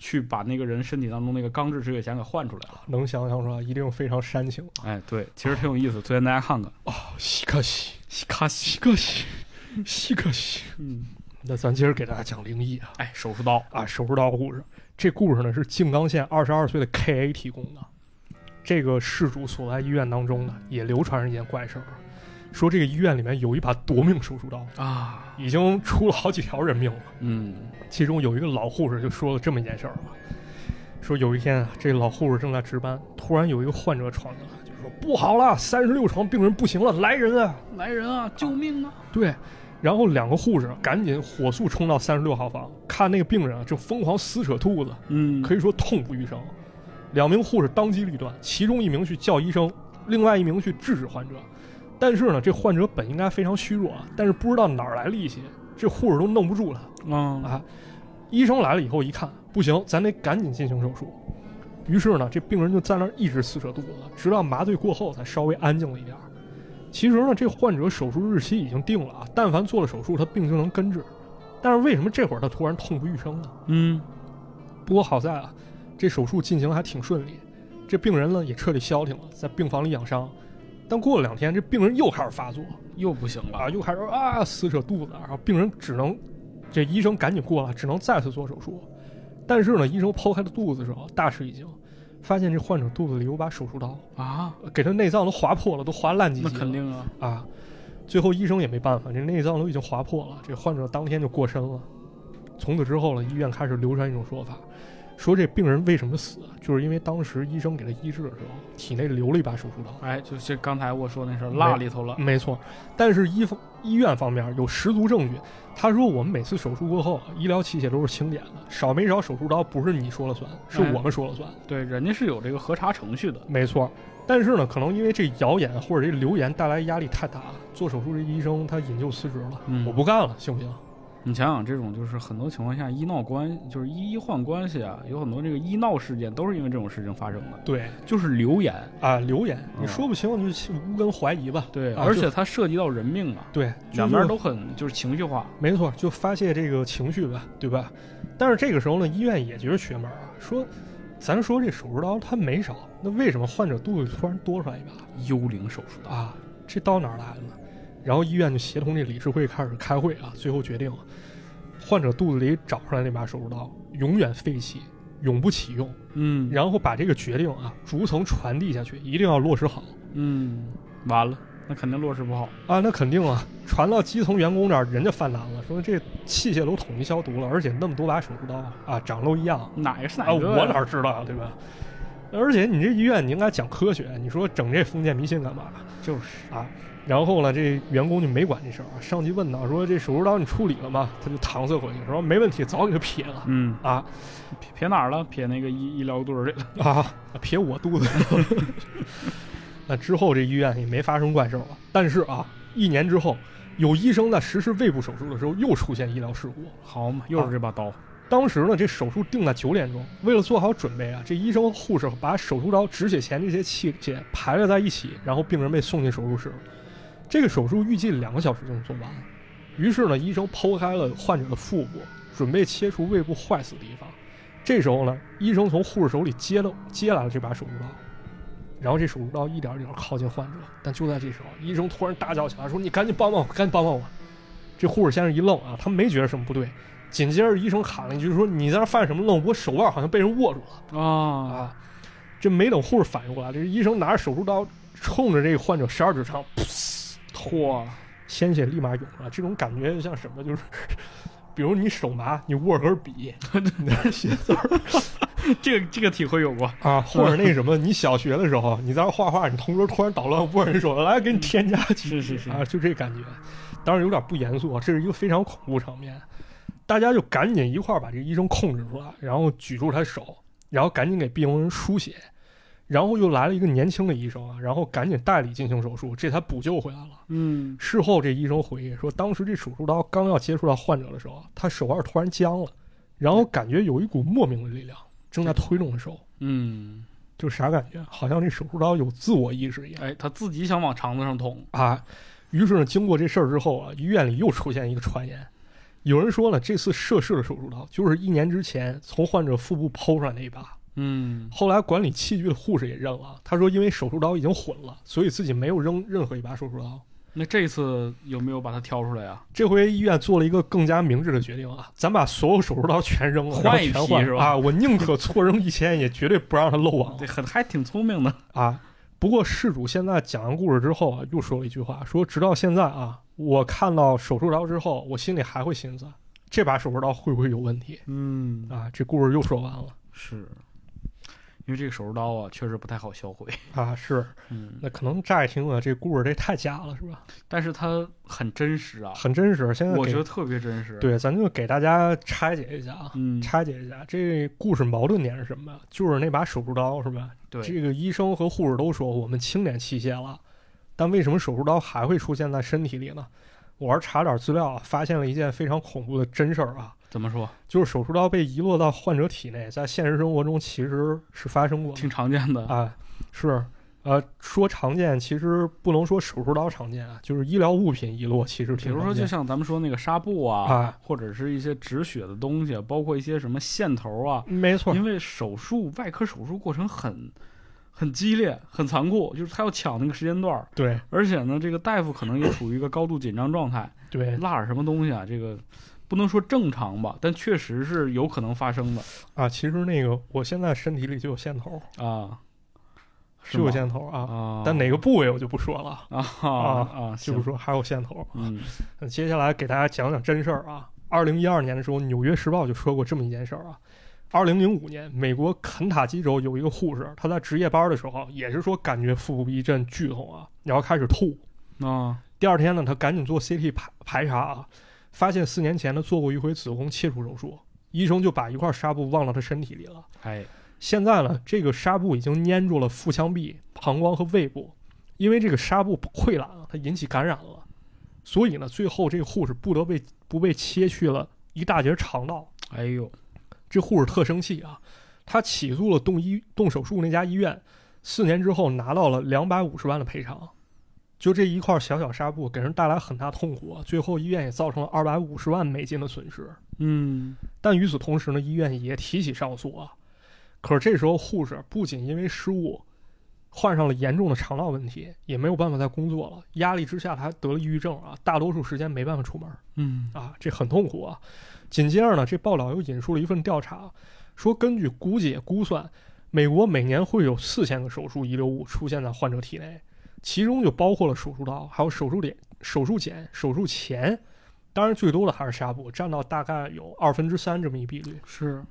Speaker 1: 去把那个人身体当中那个钢制止血钳给换出来了。
Speaker 2: 能想象出来，一定非常煽情。
Speaker 1: 哎，对，其实挺有意思，推荐大家看看。
Speaker 2: 西可西，
Speaker 1: 啊西卡西，
Speaker 2: 西可西，西可西。
Speaker 1: 嗯，
Speaker 2: 那咱接着给大家讲灵异啊
Speaker 1: 哎，手术刀，
Speaker 2: 啊，手术刀故事。这故事呢是静冈县二十二岁的 K A 提供的，这个事主所在医院当中呢也流传着一件怪事儿，说这个医院里面有一把夺命手术刀。
Speaker 1: 啊，
Speaker 2: 已经出了好几条人命了。
Speaker 1: 嗯
Speaker 2: 其中有一个老护士就说了这么一件事儿啊，说有一天啊，这老护士正在值班，突然有一个患者闯进来，就说不好了，三十六床病人不行了，来人啊！
Speaker 1: 来人啊，救命啊！
Speaker 2: 对，然后两个护士赶紧火速冲到三十六号房，看那个病人啊正疯狂撕扯肚子，
Speaker 1: 嗯，
Speaker 2: 可以说痛不欲生。两名护士当机立断，其中一名去叫医生，另外一名去制止患者。但是呢，这患者本应该非常虚弱啊，但是不知道哪儿来力气，这护士都弄不住他。
Speaker 1: 嗯
Speaker 2: 啊，医生来了以后一看，不行，咱得赶紧进行手术。于是呢，这病人就在那儿一直撕扯肚子，直到麻醉过后才稍微安静了一点儿。其实呢，这患者手术日期已经定了啊，但凡做了手术，他病就能根治。但是为什么这会儿他突然痛不欲生呢？
Speaker 1: 嗯
Speaker 2: 不过好在啊，这手术进行还挺顺利，这病人呢也彻底消停了，在病房里养伤。但过了两天，这病人又开始发作，
Speaker 1: 又不行了
Speaker 2: 啊，又开始啊撕扯肚子，然后病人只能，这医生赶紧过来，只能再次做手术。但是呢，医生剖开了肚子的时候大吃一惊，发现这患者肚子里有把手术刀，
Speaker 1: 啊，
Speaker 2: 给他内脏都划破了，都划烂几
Speaker 1: 那
Speaker 2: 节
Speaker 1: 肯
Speaker 2: 了
Speaker 1: 定啊，
Speaker 2: 啊。最后医生也没办法，这内脏都已经划破了，这患者当天就过身了。从此之后呢，医院开始流传一种说法，说这病人为什么死，就是因为当时医生给他医治的时候，体内留了一把手术刀。
Speaker 1: 哎，就是刚才我说那事儿落里头了，
Speaker 2: 没错，但是医方医院方面有十足证据，他说我们每次手术过后，啊医疗器械都是清点的，少没少手术刀不是你说了算，是
Speaker 1: 哎
Speaker 2: 我们说了算。
Speaker 1: 对，人家是有这个核查程序的，
Speaker 2: 没错，但是呢，可能因为这谣言或者这流言带来压力太大，做手术这医生他引咎辞职了，
Speaker 1: 嗯
Speaker 2: 我不干了，行不行？
Speaker 1: 你想想，这种就是很多情况下医闹关，就是医医患关系啊，有很多这个医闹事件都是因为这种事情发生的，
Speaker 2: 对
Speaker 1: 就是流言。
Speaker 2: 啊、流言你
Speaker 1: 嗯
Speaker 2: 说不清，你就无根怀疑吧。
Speaker 1: 对，
Speaker 2: 啊
Speaker 1: 而
Speaker 2: 就
Speaker 1: 且它涉及到人命啊，
Speaker 2: 对，
Speaker 1: 两边
Speaker 2: 都。
Speaker 1: 都很就是情绪化。
Speaker 2: 没错，就发泄这个情绪吧，对吧？但是这个时候呢，医院也觉得邪门儿啊，说，咱说这手术刀它没少，那为什么患者肚子突然多出来一把
Speaker 1: 幽灵手术刀，
Speaker 2: 啊？这刀哪儿来的呢？然后医院就协同这理事会开始开会啊，最后决定，患者肚子里找出来那把手术刀永远废弃，永不启用，
Speaker 1: 嗯
Speaker 2: 然后把这个决定啊逐层传递下去，一定要落实好
Speaker 1: 嗯，完了，那肯定落实不好。
Speaker 2: 啊。那肯定啊，传到基层员工这儿，人家犯难了，说这器械都统一消毒了，而且那么多把手术刀啊，长得都一样，
Speaker 1: 哪个是
Speaker 2: 啊，
Speaker 1: 哪个呀、
Speaker 2: 我哪知道啊，对吧？而且你这医院你应该讲科学，你说整这封建迷信干嘛？
Speaker 1: 就是
Speaker 2: 然后呢，这员工就没管这事儿啊。上级问他说：“这手术刀你处理了吗？”他就搪塞回去说：“没问题，早给他撇了
Speaker 1: 嗯，
Speaker 2: 啊
Speaker 1: 撇撇哪儿了？撇那个医医疗队儿里了。
Speaker 2: 啊，撇我肚子。”那之后这医院也没发生怪事儿了。但是啊，一年之后，有医生在实施胃部手术的时候又出现医疗事故，
Speaker 1: 好嘛，又是这把刀。
Speaker 2: 当时呢，这手术定在九点钟。为了做好准备啊，这医生、护士把手术刀、止血钳这些器械排列在一起，然后病人被送进手术室。这个手术预计两个小时就能做完。于是呢，医生剖开了患者的腹部，准备切除胃部坏死的地方。这时候呢，医生从护士手里接了接来了这把手术刀，然后这手术刀一点一点靠近患者。但就在这时候，医生突然大叫起来，说：“你赶紧帮帮我，赶紧帮帮我！”这护士先是一愣啊，他没觉得什么不对。紧接着医生喊了一句说：“你在那犯什么愣？我手腕好像被人握住了
Speaker 1: 啊，
Speaker 2: 啊！”这没等护士反应过来，这医生拿着手术刀冲着这个患者十二指肠，
Speaker 1: 嚯，
Speaker 2: 鲜血立马涌出来。这种感觉就像什么？就是比如你手麻，你握根笔，你在 那写字儿
Speaker 1: 这个这个体会有过。
Speaker 2: 啊，或者那什么，你小学的时候你在那画画，你同桌突然捣乱，握着你手来给你添加几
Speaker 1: 是是是
Speaker 2: 啊，就这感觉。当然有点不严肃啊，这是一个非常恐怖场面。大家就赶紧一块儿把这医生控制住了，然后举住他手，然后赶紧给病人输血，然后又来了一个年轻的医生啊，然后赶紧代理进行手术，这才补救回来了。
Speaker 1: 嗯，
Speaker 2: 事后这医生回忆说，当时这手术刀刚要接触到患者的时候，啊他手腕突然僵了，然后感觉有一股莫名的力量正在推动着手，
Speaker 1: 嗯，
Speaker 2: 就啥感觉？好像这手术刀有自我意识一样
Speaker 1: 哎，他自己想往肠子上捅，
Speaker 2: 啊。于是呢，经过这事儿之后啊，医院里又出现一个传言，有人说呢，这次涉事的手术刀就是一年之前从患者腹部剖出来那一把。
Speaker 1: 嗯，
Speaker 2: 后来管理器具的护士也认了啊，他说因为手术刀已经混了，所以自己没有扔任何一把手术刀。
Speaker 1: 那这次有没有把它挑出来啊？
Speaker 2: 这回医院做了一个更加明智的决定啊，咱把所有手术刀全扔了，
Speaker 1: 换
Speaker 2: 然后
Speaker 1: 一
Speaker 2: 全
Speaker 1: 批
Speaker 2: 换
Speaker 1: 是吧
Speaker 2: 啊，我宁可错扔一千，也绝对不让它漏网。
Speaker 1: 这很还挺聪明的。
Speaker 2: 啊。不过事主现在讲完故事之后啊，又说了一句话，说直到现在啊，我看到手术刀之后，我心里还会寻思，这把手术刀会不会有问题
Speaker 1: 嗯，
Speaker 2: 啊？这故事又说完了
Speaker 1: 是，因为这个手术刀啊，确实不太好销毁。
Speaker 2: 啊，是
Speaker 1: 嗯，
Speaker 2: 那可能乍一听啊，这故事这太假了是吧？
Speaker 1: 但是它很真实啊，
Speaker 2: 很真实，现在
Speaker 1: 我
Speaker 2: 给
Speaker 1: 觉得特别真实。，
Speaker 2: 对，咱就给大家拆解一下啊。
Speaker 1: 嗯，
Speaker 2: 拆解一下这故事矛盾点是什么呀？就是那把手术刀是吧？
Speaker 1: 对，
Speaker 2: 这个医生和护士都说我们清点器械了，但为什么手术刀还会出现在身体里呢？我是查点资料啊，发现了一件非常恐怖的真事儿啊，
Speaker 1: 怎么说？
Speaker 2: 就是手术刀被遗落到患者体内，在现实生活中其实是发生过的
Speaker 1: 挺常见的。
Speaker 2: 啊，是。呃，说常见其实不能说手术刀常见啊，就是医疗物品遗落其实
Speaker 1: 比
Speaker 2: 挺
Speaker 1: 如
Speaker 2: 常
Speaker 1: 说，就
Speaker 2: 见
Speaker 1: 像咱们说那个纱布啊，
Speaker 2: 啊，
Speaker 1: 或者是一些止血的东西，啊包括一些什么线头啊，
Speaker 2: 没错，
Speaker 1: 因为手术外科手术过程很很激烈、很残酷，就是他要抢那个时间段儿，
Speaker 2: 对
Speaker 1: 而且呢，这个大夫可能也处于一个高度紧张状态，
Speaker 2: 对，
Speaker 1: 落点什么东西啊，这个不能说正常吧，但确实是有可能发生的
Speaker 2: 啊，其实那个我现在身体里就有线头，
Speaker 1: 啊，是
Speaker 2: 就有
Speaker 1: 吗
Speaker 2: 线头啊，
Speaker 1: 啊，
Speaker 2: 但哪个部位我就不说了，
Speaker 1: 啊啊，
Speaker 2: 就
Speaker 1: 行
Speaker 2: 不说还有线头。
Speaker 1: 嗯
Speaker 2: 那接下来给大家讲讲真事儿啊。二零一二年的时候，《纽约时报》就说过这么一件事儿啊。二零零五年，美国肯塔基州有一个护士，她在值夜班的时候，也是说感觉腹部一阵剧痛啊，然后开始吐。
Speaker 1: 啊
Speaker 2: 第二天呢，她赶紧做 CT 排排查啊，发现四年前呢做过一回子宫切除手术，医生就把一块纱布忘到她身体里了。
Speaker 1: 哎
Speaker 2: 现在呢，这个纱布已经粘住了腹腔壁、膀胱和胃部，因为这个纱布溃烂啊了，它引起感染了，所以呢，最后这个护士不得被不被切去了一大截肠道。
Speaker 1: 哎呦
Speaker 2: 这护士特生气啊，她起诉了动医动手术那家医院，四年之后拿到了两百五十万的赔偿。就这一块小小纱布给人带来很大痛苦啊，最后医院也造成了二百五十万美金的损失。
Speaker 1: 嗯
Speaker 2: 但与此同时呢，医院也提起上诉啊。可是这时候，护士不仅因为失误患上了严重的肠道问题，也没有办法再工作了。压力之下，他还得了抑郁症啊，大多数时间没办法出门
Speaker 1: 嗯
Speaker 2: 啊，这很痛苦啊。紧接着呢，这报道又引述了一份调查，说根据估计估算，美国每年会有四千个手术遗留物出现在患者体内，其中就包括了手术刀，还有手术点、手术剪、手术钳。当然，最多的还是纱布，占到大概有二分之三这么一比率。
Speaker 1: 是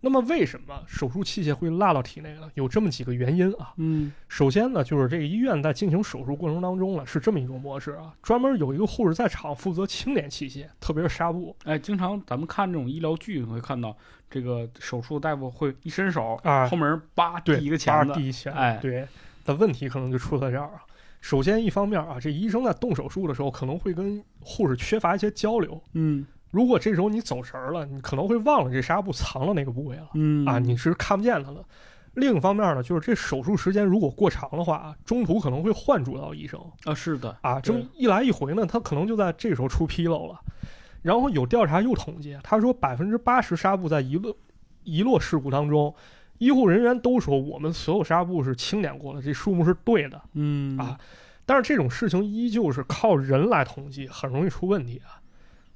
Speaker 2: 那么为什么手术器械会落到体内呢？有这么几个原因啊。
Speaker 1: 嗯
Speaker 2: 首先呢，就是这个医院在进行手术过程当中呢，是这么一种模式啊，专门有一个护士在场负责清点器械，特别是纱布
Speaker 1: 哎，经常咱们看这种医疗剧，你会看到这个手术大夫会一伸手，
Speaker 2: 啊
Speaker 1: 后，门叭递
Speaker 2: 对，
Speaker 1: 一个
Speaker 2: 八
Speaker 1: 钳子，
Speaker 2: 第一钳，
Speaker 1: 哎
Speaker 2: 对。但问题可能就出在这儿啊。首先，一方面啊，这医生在动手术的时候可能会跟护士缺乏一些交流。
Speaker 1: 嗯
Speaker 2: 如果这时候你走神儿了，你可能会忘了这纱布藏到哪个部位了。
Speaker 1: 嗯
Speaker 2: 啊，你是看不见它的。另一方面呢，就是这手术时间如果过长的话，中途可能会换主刀医生
Speaker 1: 啊是的，
Speaker 2: 啊，这么一来一回呢，他可能就在这时候出纰漏了。然后有调查又统计，他说百分之八十纱布在遗落遗落事故当中，医护人员都说我们所有纱布是清点过了，这数目是对的。
Speaker 1: 嗯
Speaker 2: 啊但是这种事情依旧是靠人来统计，很容易出问题啊。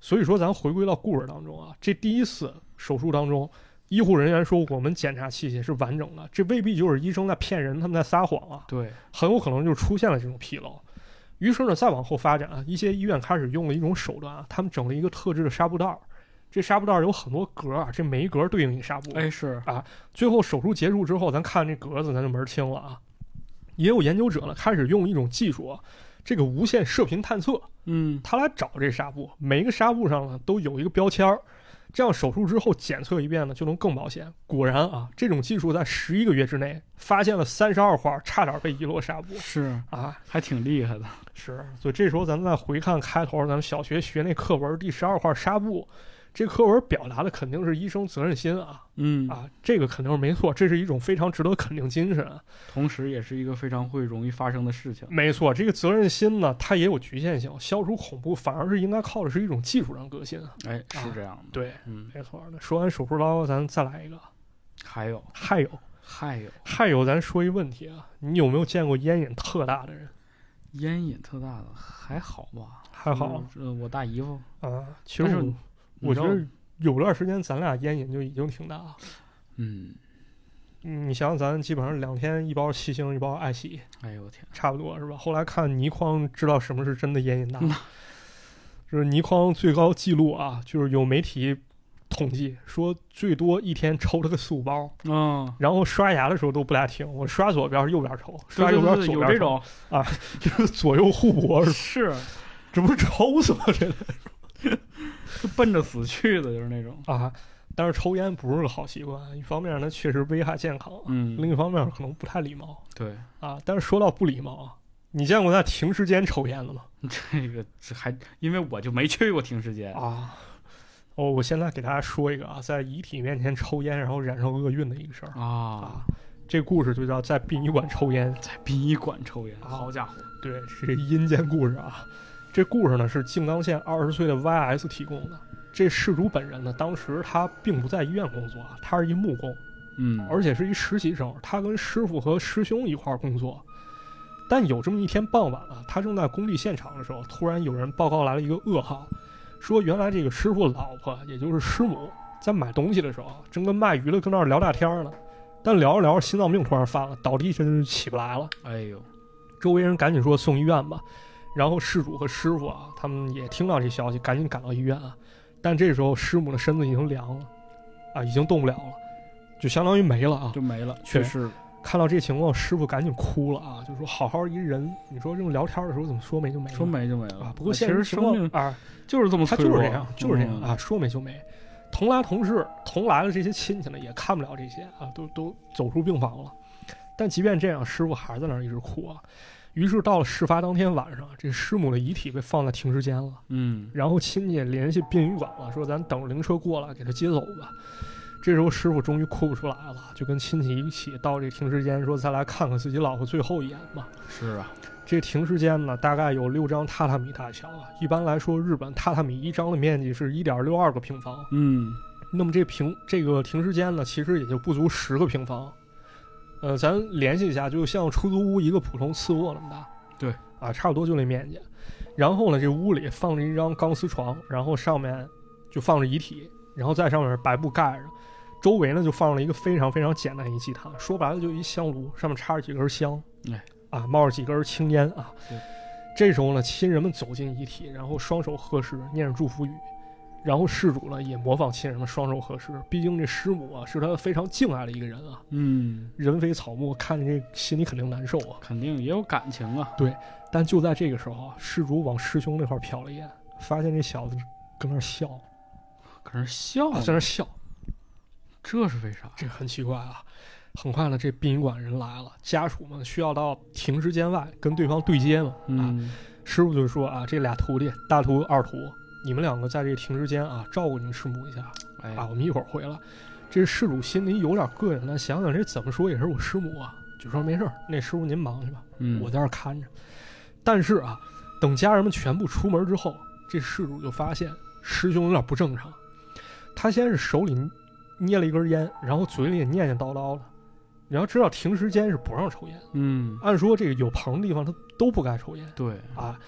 Speaker 2: 所以说，咱回归到故事当中啊，这第一次手术当中，医护人员说我们检查器械是完整的，这未必就是医生在骗人，他们在撒谎啊，
Speaker 1: 对，
Speaker 2: 很有可能就出现了这种纰漏。于是呢，再往后发展啊，一些医院开始用了一种手段啊，他们整了一个特制的纱布袋儿，这纱布袋儿有很多格啊，这每一格对应一纱布。
Speaker 1: 哎是
Speaker 2: 最后手术结束之后，咱看这格子，咱就门儿清了啊。也有研究者呢，开始用一种技术啊，这个无线射频探测，
Speaker 1: 嗯
Speaker 2: 他来找这纱布，每一个纱布上呢都有一个标签儿，这样手术之后检测一遍呢就能更保险。果然啊，这种技术在十一个月之内发现了三十二块，差点被遗落纱布
Speaker 1: 是
Speaker 2: 啊！
Speaker 1: 还挺厉害的，
Speaker 2: 是，所以这时候咱们再回看开头咱们小学学那课文第十二块纱布，这课文表达的肯定是医生责任心啊。
Speaker 1: 嗯，
Speaker 2: 啊，这个肯定是没错，这是一种非常值得肯定精神。
Speaker 1: 同时也是一个非常会容易发生的事情，
Speaker 2: 没错，这个责任心呢，它也有局限性，消除恐怖反而是应该靠的是一种技术上革新。
Speaker 1: 哎
Speaker 2: 啊
Speaker 1: 是这样的，
Speaker 2: 对，
Speaker 1: 嗯，
Speaker 2: 没错。那说完手术刀，咱再来一个，
Speaker 1: 还有
Speaker 2: 还有
Speaker 1: 还有
Speaker 2: 还有，咱说一问题啊，你有没有见过烟瘾特大的人？
Speaker 1: 烟瘾特大的还好吧？
Speaker 2: 还好
Speaker 1: 就是，呃，我大姨夫，
Speaker 2: 啊，其
Speaker 1: 但
Speaker 2: 实
Speaker 1: 是
Speaker 2: 我
Speaker 1: 你
Speaker 2: 我
Speaker 1: 你知
Speaker 2: 觉
Speaker 1: 道
Speaker 2: 得有段时间咱俩烟瘾就已经挺大了。
Speaker 1: 嗯，
Speaker 2: 嗯你想想，咱基本上两天一包七星，一包爱喜，
Speaker 1: 哎呦我天，
Speaker 2: 差不多是吧？后来看倪匡知道什么是真的烟瘾大
Speaker 1: 嗯，
Speaker 2: 就是倪匡最高记录啊，就是有媒体统计说最多一天抽了个四五包，
Speaker 1: 嗯，
Speaker 2: 然后刷牙的时候都不大停，我刷左边右边抽，
Speaker 1: 对
Speaker 2: 刷
Speaker 1: 对
Speaker 2: 右边
Speaker 1: 对
Speaker 2: 左
Speaker 1: 有
Speaker 2: 边
Speaker 1: 这
Speaker 2: 抽，
Speaker 1: 种
Speaker 2: 就是左右互搏，
Speaker 1: 是
Speaker 2: 这不是抽死我这
Speaker 1: 就奔着死去的，就是那 种，
Speaker 2: 啊！但是抽烟不是个好习惯，一方面它确实危害健康，
Speaker 1: 嗯，
Speaker 2: 另一方面可能不太礼貌
Speaker 1: 对，
Speaker 2: 啊。但是说到不礼貌啊，你见过在停尸间抽烟的吗？
Speaker 1: 这个这还因为我就没去过停尸间，
Speaker 2: 啊，哦，我现在给大家说一个啊，在遗体面前抽烟，然后染上厄运的一个事儿
Speaker 1: 啊
Speaker 2: 啊，。这故事就叫在殡仪馆抽烟，
Speaker 1: 在殡仪馆抽烟，
Speaker 2: 啊
Speaker 1: 好家伙，
Speaker 2: 对，是这阴间故事啊。这故事呢是静冈县二十岁的 YS 提供的。这事主本人呢，当时他并不在医院工作啊，他是一木工，
Speaker 1: 嗯，
Speaker 2: 而且是一实习生，他跟师傅和师兄一块儿工作。但有这么一天傍晚啊，他正在工地现场的时候，突然有人报告来了一个噩耗，说原来这个师傅老婆，也就是师母，在买东西的时候啊，正跟卖鱼的跟那儿聊大天儿呢，但聊着聊着心脏病突然犯了，倒地这就起不来了。
Speaker 1: 哎呦，
Speaker 2: 周围人赶紧说送医院吧。然后事主和师傅啊，他们也听到这消息，赶紧赶到医院啊。但这时候师母的身子已经凉了，啊，已经动不了了，就相当于没了啊。
Speaker 1: 就没了，
Speaker 2: 确
Speaker 1: 确实，
Speaker 2: 看到这情况，师傅赶紧哭了啊，就说好好一人，你说这种聊天的时候怎么说没就没了？
Speaker 1: 说没就没了哎
Speaker 2: 啊，不过
Speaker 1: 其
Speaker 2: 现
Speaker 1: 实
Speaker 2: 实情
Speaker 1: 生
Speaker 2: 况
Speaker 1: 命
Speaker 2: 啊，
Speaker 1: 就是这么
Speaker 2: 他
Speaker 1: 脆
Speaker 2: 就是
Speaker 1: 弱，
Speaker 2: 这样，就是这样
Speaker 1: 嗯
Speaker 2: 啊，说没就没。同来同事、同来的这些亲戚呢，也看不了这些啊，都都走出病房了。但即便这样，师傅还是在那儿一直哭啊。于是到了事发当天晚上，这师母的遗体被放在停尸间了。
Speaker 1: 嗯，
Speaker 2: 然后亲戚也联系殡仪馆了，说咱等着灵车过来给他接走吧。这时候师傅终于哭不出来了，就跟亲戚一起到这停尸间，说再来看看自己老婆最后一眼吧。
Speaker 1: 是啊，
Speaker 2: 这停尸间呢，大概有六张榻榻米大小啊。一般来说，日本榻榻米一张的面积是一点六二个平方，
Speaker 1: 嗯，
Speaker 2: 那么这平这个停尸间呢，其实也就不足十个平方。呃，咱联系一下，就像出租屋一个普通次卧那么大。
Speaker 1: 对，
Speaker 2: 啊，差不多就那面积。然后呢，这屋里放着一张钢丝床，然后上面就放着遗体，然后在上面白布盖着，周围呢就放了一个非常非常简单的一祭坛，说白了就一香炉，上面插着几根香，
Speaker 1: 哎，
Speaker 2: 啊，冒着几根青烟啊
Speaker 1: 对。
Speaker 2: 这时候呢，亲人们走进遗体，然后双手合十，念着祝福语。然后事主呢也模仿亲人们双手合十，毕竟这师母啊是他非常敬爱的一个人啊，
Speaker 1: 嗯，
Speaker 2: 人非草木，看见这心里肯定难受啊。
Speaker 1: 肯定也有感情啊，
Speaker 2: 但就在这个时候啊，事主往师兄那块儿瞟了一眼，发现这小子搁那儿笑，
Speaker 1: 可是笑
Speaker 2: 啊
Speaker 1: 呢，
Speaker 2: 在那儿笑，
Speaker 1: 这是为啥？
Speaker 2: 这很奇怪啊。很快呢，这殡仪馆人来了，家属们需要到停尸间外跟对方对接嘛。啊，
Speaker 1: 嗯，
Speaker 2: 师傅就说啊，这俩徒弟，大徒二徒，你们两个在这个停尸间啊，照顾你们师母一下。
Speaker 1: 哎，
Speaker 2: 啊，我们一会儿回来。这事主心里有点膈应，但想想这怎么说也是我师母啊，就说没事儿，那师傅您忙去吧，
Speaker 1: 嗯，
Speaker 2: 我在这儿看着。但是啊，等家人们全部出门之后，这事主就发现师兄有点不正常。他先是手里捏了一根烟，然后嘴里也念念叨叨的。你要知道，停尸间是不让抽烟，
Speaker 1: 嗯，
Speaker 2: 按说这个有棚的地方他都不该抽烟
Speaker 1: 对，
Speaker 2: 啊。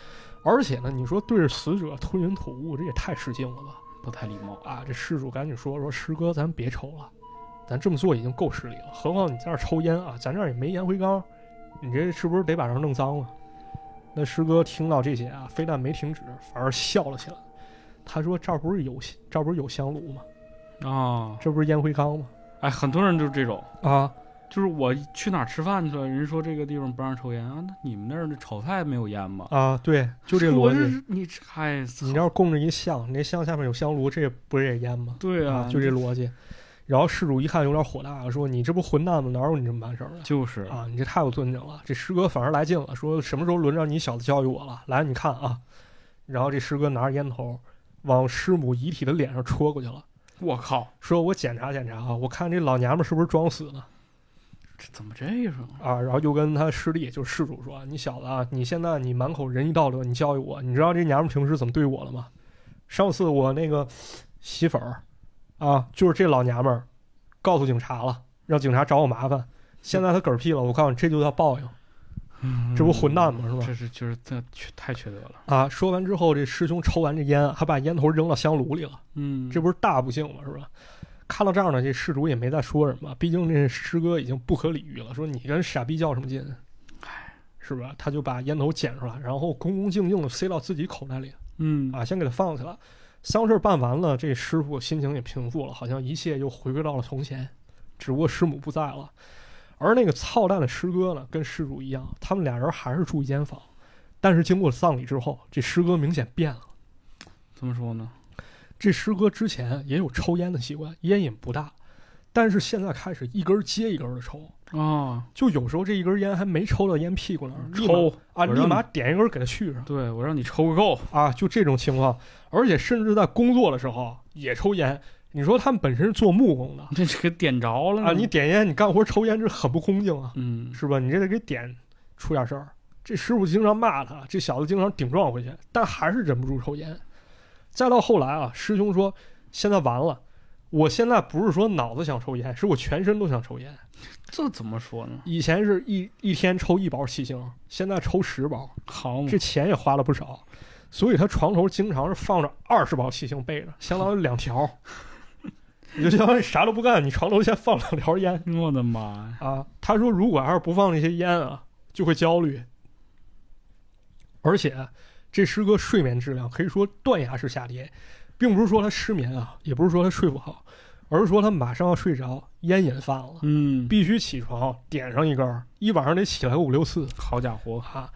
Speaker 2: 而且呢，你说对着死者吞云吐雾，这也太失敬了吧？
Speaker 1: 不太礼貌，
Speaker 2: 啊，这事主赶紧说说，师哥，咱别抽了，咱这么做已经够失礼了，何况你在这儿抽烟啊，咱这儿也没烟灰缸，你这是不是得把人弄脏了？那师哥听到这些啊，非但没停止，反而笑了起来。他说：“这儿不是有这儿不是有香炉吗？
Speaker 1: 啊，
Speaker 2: 这不是烟灰缸吗？
Speaker 1: 哎，很多人就是这种，
Speaker 2: 啊，
Speaker 1: 就是我去哪儿吃饭去了，人说这个地方不让抽烟啊，那你们那儿的炒菜没有烟吗？
Speaker 2: 啊，对，就这
Speaker 1: 我
Speaker 2: 逻
Speaker 1: 这
Speaker 2: 辑。
Speaker 1: 是你这哎，操
Speaker 2: 你那儿供着一像，那像下面有香炉，这也不是也烟吗？
Speaker 1: 对
Speaker 2: 啊，就这逻辑。然后事主一看有点火大了，说：‘你这不混蛋吗？哪有你这么办事儿的？’
Speaker 1: 就是
Speaker 2: 啊，你这太不尊敬了。这师哥反而来劲了，说什么时候轮着你小子教育我了？来，你看啊。然后这师哥拿着烟头往师母遗体的脸上戳过去了，
Speaker 1: 我靠，
Speaker 2: 说我检查检查啊，我看这老娘们儿是不是装死呢？
Speaker 1: 这怎么这样啊？
Speaker 2: 啊，然后又跟他师弟，就是事主说，你小子啊，你现在你满口仁义道德，你教育我，你知道这娘们儿平时怎么对我了吗？上次我那个媳妇儿啊，就是这老娘们儿告诉警察了，让警察找我麻烦。现在她嗝屁了，我告诉你，这就叫报应。
Speaker 1: 嗯
Speaker 2: 这不混蛋吗是吧
Speaker 1: 这是就是这缺太缺德了，
Speaker 2: 啊！说完之后，这师兄抽完这烟，还把烟头扔到香炉里了，
Speaker 1: 嗯，
Speaker 2: 这不是大不幸吗？是吧？看到这儿呢，这事主也没再说什么，毕竟这师哥已经不可理喻了，说你跟傻逼较什么劲？唉，是吧？他就把烟头捡出来，然后恭恭敬敬的塞到自己口袋里
Speaker 1: 嗯
Speaker 2: 啊，先给他放起来。丧事儿办完了，这师傅心情也平复了，好像一切又回归到了从前，只不过师母不在了。而那个操蛋的师哥呢，跟施主一样，他们俩人还是住一间房，但是经过葬礼之后，这师哥明显变了。
Speaker 1: 怎么说呢？
Speaker 2: 这师哥之前也有抽烟的习惯，烟瘾不大，但是现在开始一根接一根的抽，
Speaker 1: 啊，
Speaker 2: 就有时候这一根烟还没抽到烟屁股那儿，立马
Speaker 1: 嗯抽我
Speaker 2: 啊，
Speaker 1: 让
Speaker 2: 立马点一根给它续上
Speaker 1: 对我让你抽个够，
Speaker 2: 啊，就这种情况。而且甚至在工作的时候也抽烟。你说他们本身是做木工的
Speaker 1: 这这给点着了呢
Speaker 2: 啊，你点烟，你干活抽烟，这很不恭敬啊，
Speaker 1: 嗯
Speaker 2: 是吧？你这得给点出点事儿。这师傅经常骂他，这小子经常顶撞回去，但还是忍不住抽烟。再到后来啊，师兄说现在完了，我现在不是说脑子想抽烟，是我全身都想抽烟。
Speaker 1: 这怎么说呢？
Speaker 2: 以前是一一天抽一包七星，现在抽十包，
Speaker 1: 好嘛
Speaker 2: 这，钱也花了不少，所以他床头经常是放着二十包七星备着，相当于两条。你就相当于啥都不干，你床头先放两条烟
Speaker 1: 我的妈呀！
Speaker 2: 啊。他说，如果要是不放那些烟啊，就会焦虑。而且，这师哥睡眠质量可以说断崖式下跌，并不是说他失眠啊，也不是说他睡不好，而是说他马上要睡着，烟瘾犯了。
Speaker 1: 嗯，
Speaker 2: 必须起床点上一根儿，一晚上得起来个五六次
Speaker 1: 好家伙，
Speaker 2: 啊！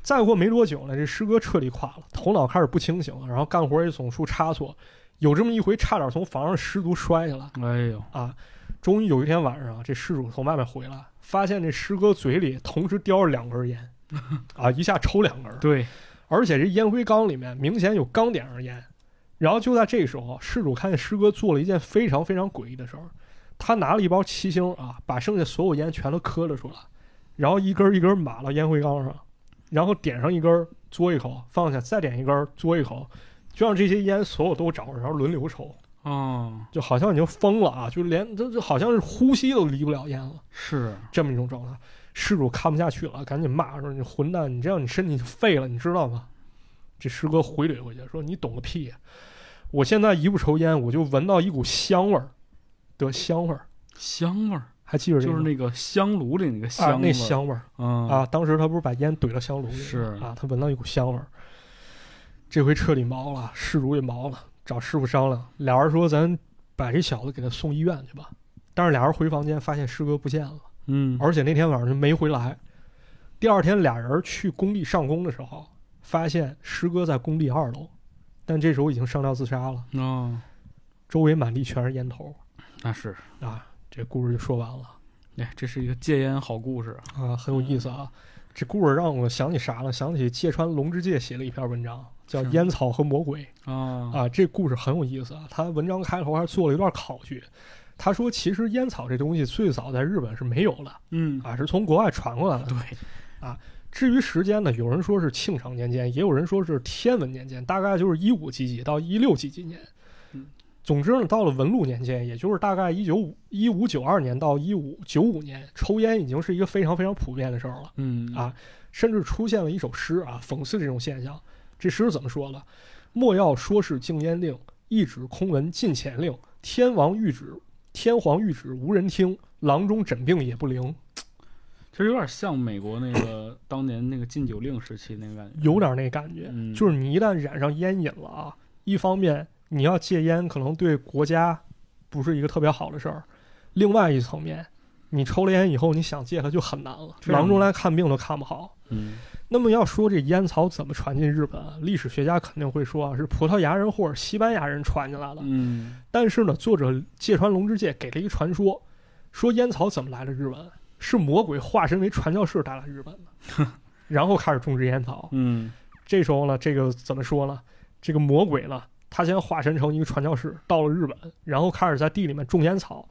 Speaker 2: 再过没多久呢，这师哥彻底垮了，头脑开始不清醒了，然后干活也总出差错，有这么一回差点从房上失足摔下来
Speaker 1: 哎呦，
Speaker 2: 啊！终于有一天晚上啊，这事主从外面回来，发现这师哥嘴里同时叼着两根烟， 啊，一下抽两根儿，
Speaker 1: 对，
Speaker 2: 而且这烟灰缸里面明显有钢点上烟。然后就在这时候，事主看见师哥做了一件非常非常诡异的事儿，他拿了一包七星啊，把剩下所有烟全都磕了出来，然后一根儿一根儿码到烟灰缸上，然后点上一根儿嘬一口，放下再点一根儿嘬一口，就让这些烟所有都找着，然后轮流抽，
Speaker 1: 哦，
Speaker 2: 就好像已经疯了啊，就连这这好像是呼吸都离不了烟了。
Speaker 1: 是，
Speaker 2: 这么一种状态。事主看不下去了，赶紧骂说：“你混蛋，你这样你身体就废了，你知道吗？”这师哥回怼回去说：“你懂个屁呀！我现在一不抽烟，我就闻到一股香味儿，得香味儿，
Speaker 1: 香味儿，
Speaker 2: 还记着这
Speaker 1: 就
Speaker 2: 个
Speaker 1: 是
Speaker 2: 吗
Speaker 1: 那个香炉里那个
Speaker 2: 啊
Speaker 1: 香味
Speaker 2: 那
Speaker 1: 儿，
Speaker 2: 香味儿、
Speaker 1: 嗯
Speaker 2: 啊！当时他不是把烟怼到香炉里了
Speaker 1: 是
Speaker 2: 啊，他闻到一股香味儿，这回彻底毛了，事主也毛了，找师傅商量，俩人说咱把这小子给他送医院去吧。但是俩人回房间发现师哥不见了。”
Speaker 1: 嗯，
Speaker 2: 而且那天晚上就没回来。第二天，俩人去工地上工的时候，发现师哥在工地二楼，但这时候已经上吊自杀了，
Speaker 1: 哦，
Speaker 2: 周围满地全是烟头
Speaker 1: 那是，
Speaker 2: 啊！这故事就说完了
Speaker 1: 哎，这是一个戒烟好故事，
Speaker 2: 啊，很有意思啊。这故事让我想起啥了？想起芥川龙之介写了一篇文章，叫
Speaker 1: 是
Speaker 2: 《烟草和魔鬼》。
Speaker 1: 啊，
Speaker 2: 啊，这故事很有意思啊。他文章开头还做了一段考据，他说其实烟草这东西最早在日本是没有的
Speaker 1: 嗯，
Speaker 2: 啊，是从国外传过来的。
Speaker 1: 对，
Speaker 2: 啊至于时间呢，有人说是庆长年间，也有人说是天文年间，大概就是一五几几到一六几几年
Speaker 1: 嗯。
Speaker 2: 总之呢，到了文禄年间，也就是大概一九五一五九二年到一五九五年，抽烟已经是一个非常非常普遍的事儿了，
Speaker 1: 嗯
Speaker 2: 啊甚至出现了一首诗啊，讽刺这种现象。这诗怎么说了？莫要说是禁烟令，一纸空文禁钱令。天王谕旨，天皇谕旨无人听，郎中诊病也不灵，
Speaker 1: 其实有点像美国那个当年那个禁酒令时期那个感觉，
Speaker 2: 有点那感觉。
Speaker 1: 嗯
Speaker 2: 就是你一旦染上烟瘾了啊，一方面你要戒烟，可能对国家不是一个特别好的事儿；另外一层面，你抽了烟以后，你想戒它就很难了，
Speaker 1: 非常
Speaker 2: 郎中来看病都看不好。
Speaker 1: 嗯，
Speaker 2: 那么要说这烟草怎么传进日本，啊历史学家肯定会说啊，是葡萄牙人或者西班牙人传进来的。
Speaker 1: 嗯，
Speaker 2: 但是呢，作者芥川龙之介给了一个传说，说烟草怎么来的日本，是魔鬼化身为传教士带来日本的， 然后开始种植烟草。
Speaker 1: 嗯，
Speaker 2: 这时候呢，这个怎么说呢？这个魔鬼呢，他先化身成一个传教士，到了日本，然后开始在地里面种烟草。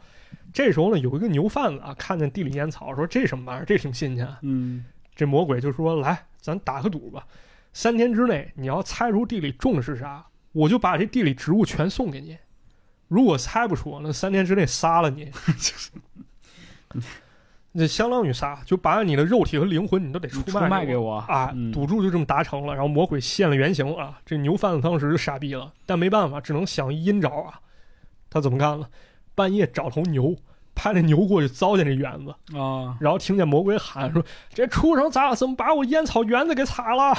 Speaker 2: 这时候呢，有一个牛贩子啊，看见地里烟草，说这什么玩意儿，这挺新鲜。
Speaker 1: 嗯，
Speaker 2: 这魔鬼就说：“来，咱打个赌吧，三天之内你要猜出地里种的是啥，我就把这地里植物全送给你。如果猜不出，那三天之内杀了 你。那相当于啥？就把你的肉体和灵魂你都得
Speaker 1: 你
Speaker 2: 出
Speaker 1: 出
Speaker 2: 卖
Speaker 1: 卖
Speaker 2: 给
Speaker 1: 给我
Speaker 2: 啊，
Speaker 1: 嗯
Speaker 2: 赌注就这么达成了，然后魔鬼现了原形啊，这牛贩子当时就傻逼了，但没办法，只能想阴招啊。他怎么干了？半夜找头牛，派那牛过去糟践这园子，
Speaker 1: 啊，
Speaker 2: 然后听见魔鬼喊说：“这畜生咋怎么把我烟草园子给踩了？”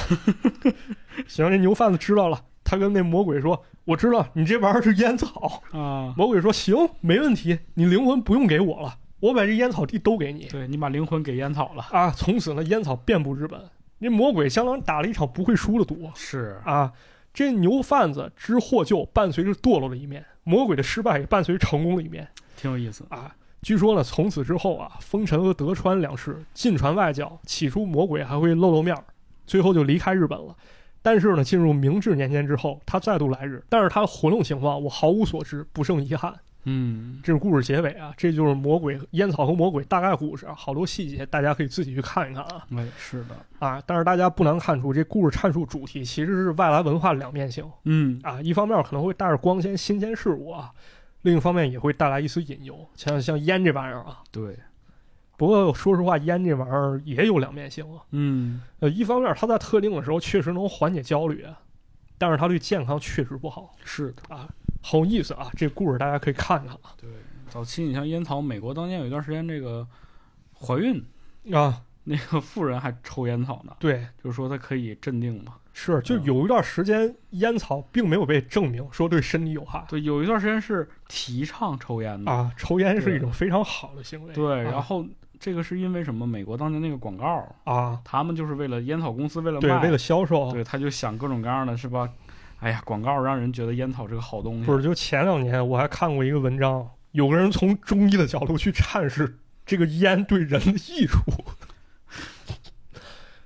Speaker 2: 行，这牛贩子知道了，他跟那魔鬼说：“我知道你这玩意儿是烟草。”
Speaker 1: 啊，
Speaker 2: 魔鬼说：“行，没问题，你灵魂不用给我了，我把这烟草地都给你。”
Speaker 1: 对你把灵魂给烟草了，
Speaker 2: 啊，从此呢，烟草遍布日本。那魔鬼相当于打了一场不会输的赌
Speaker 1: 是，
Speaker 2: 啊！这牛贩子之获救伴随着堕落的一面，魔鬼的失败也伴随着成功的一面。
Speaker 1: 挺有意思。
Speaker 2: 啊。据说呢，从此之后啊，丰臣和德川两世进传外教，起初魔鬼还会露露面儿，最后就离开日本了。但是呢，进入明治年间之后，他再度来日，但是他的活动情况我毫无所知，不胜遗憾。
Speaker 1: 嗯，
Speaker 2: 这是故事结尾啊，这就是魔鬼烟草和魔鬼大概故事啊，好多细节大家可以自己去看一看啊
Speaker 1: 哎，是的，
Speaker 2: 啊！但是大家不难看出，这故事阐述主题其实是外来文化两面性
Speaker 1: 嗯，
Speaker 2: 啊，一方面可能会带着光鲜新鲜事物啊，另一方面也会带来一丝隐忧，像像烟这玩意儿啊。
Speaker 1: 对，
Speaker 2: 不过说实话，烟这玩意儿也有两面性啊。
Speaker 1: 嗯，
Speaker 2: 呃，一方面它在特定的时候确实能缓解焦虑，啊但是它对健康确实不好，
Speaker 1: 是的，
Speaker 2: 很有意思啊。这故事大家可以看看啊
Speaker 1: 对。早期你像烟草，美国当年有一段时间，这个怀孕
Speaker 2: 啊，
Speaker 1: 那个妇人还抽烟草呢，
Speaker 2: 对。
Speaker 1: 就是说它可以镇定嘛。
Speaker 2: 是，就
Speaker 1: 嗯
Speaker 2: 有一段时间，烟草并没有被证明说对身体有害
Speaker 1: 对，有一段时间是提倡抽烟的，
Speaker 2: 啊。抽烟是
Speaker 1: 嗯对
Speaker 2: 一种非常好的行为。
Speaker 1: 对，
Speaker 2: 啊
Speaker 1: 然后这个是因为什么？美国当年那个广告，
Speaker 2: 啊，
Speaker 1: 他们就是为了烟草公司为了
Speaker 2: 对，
Speaker 1: 卖，
Speaker 2: 为了销售，啊
Speaker 1: 对，他就想各种各样的是吧？哎呀，广告让人觉得烟草是个好东西，
Speaker 2: 不是？就前两年我还看过一个文章，有个人从中医的角度去阐释这个烟对人的益处，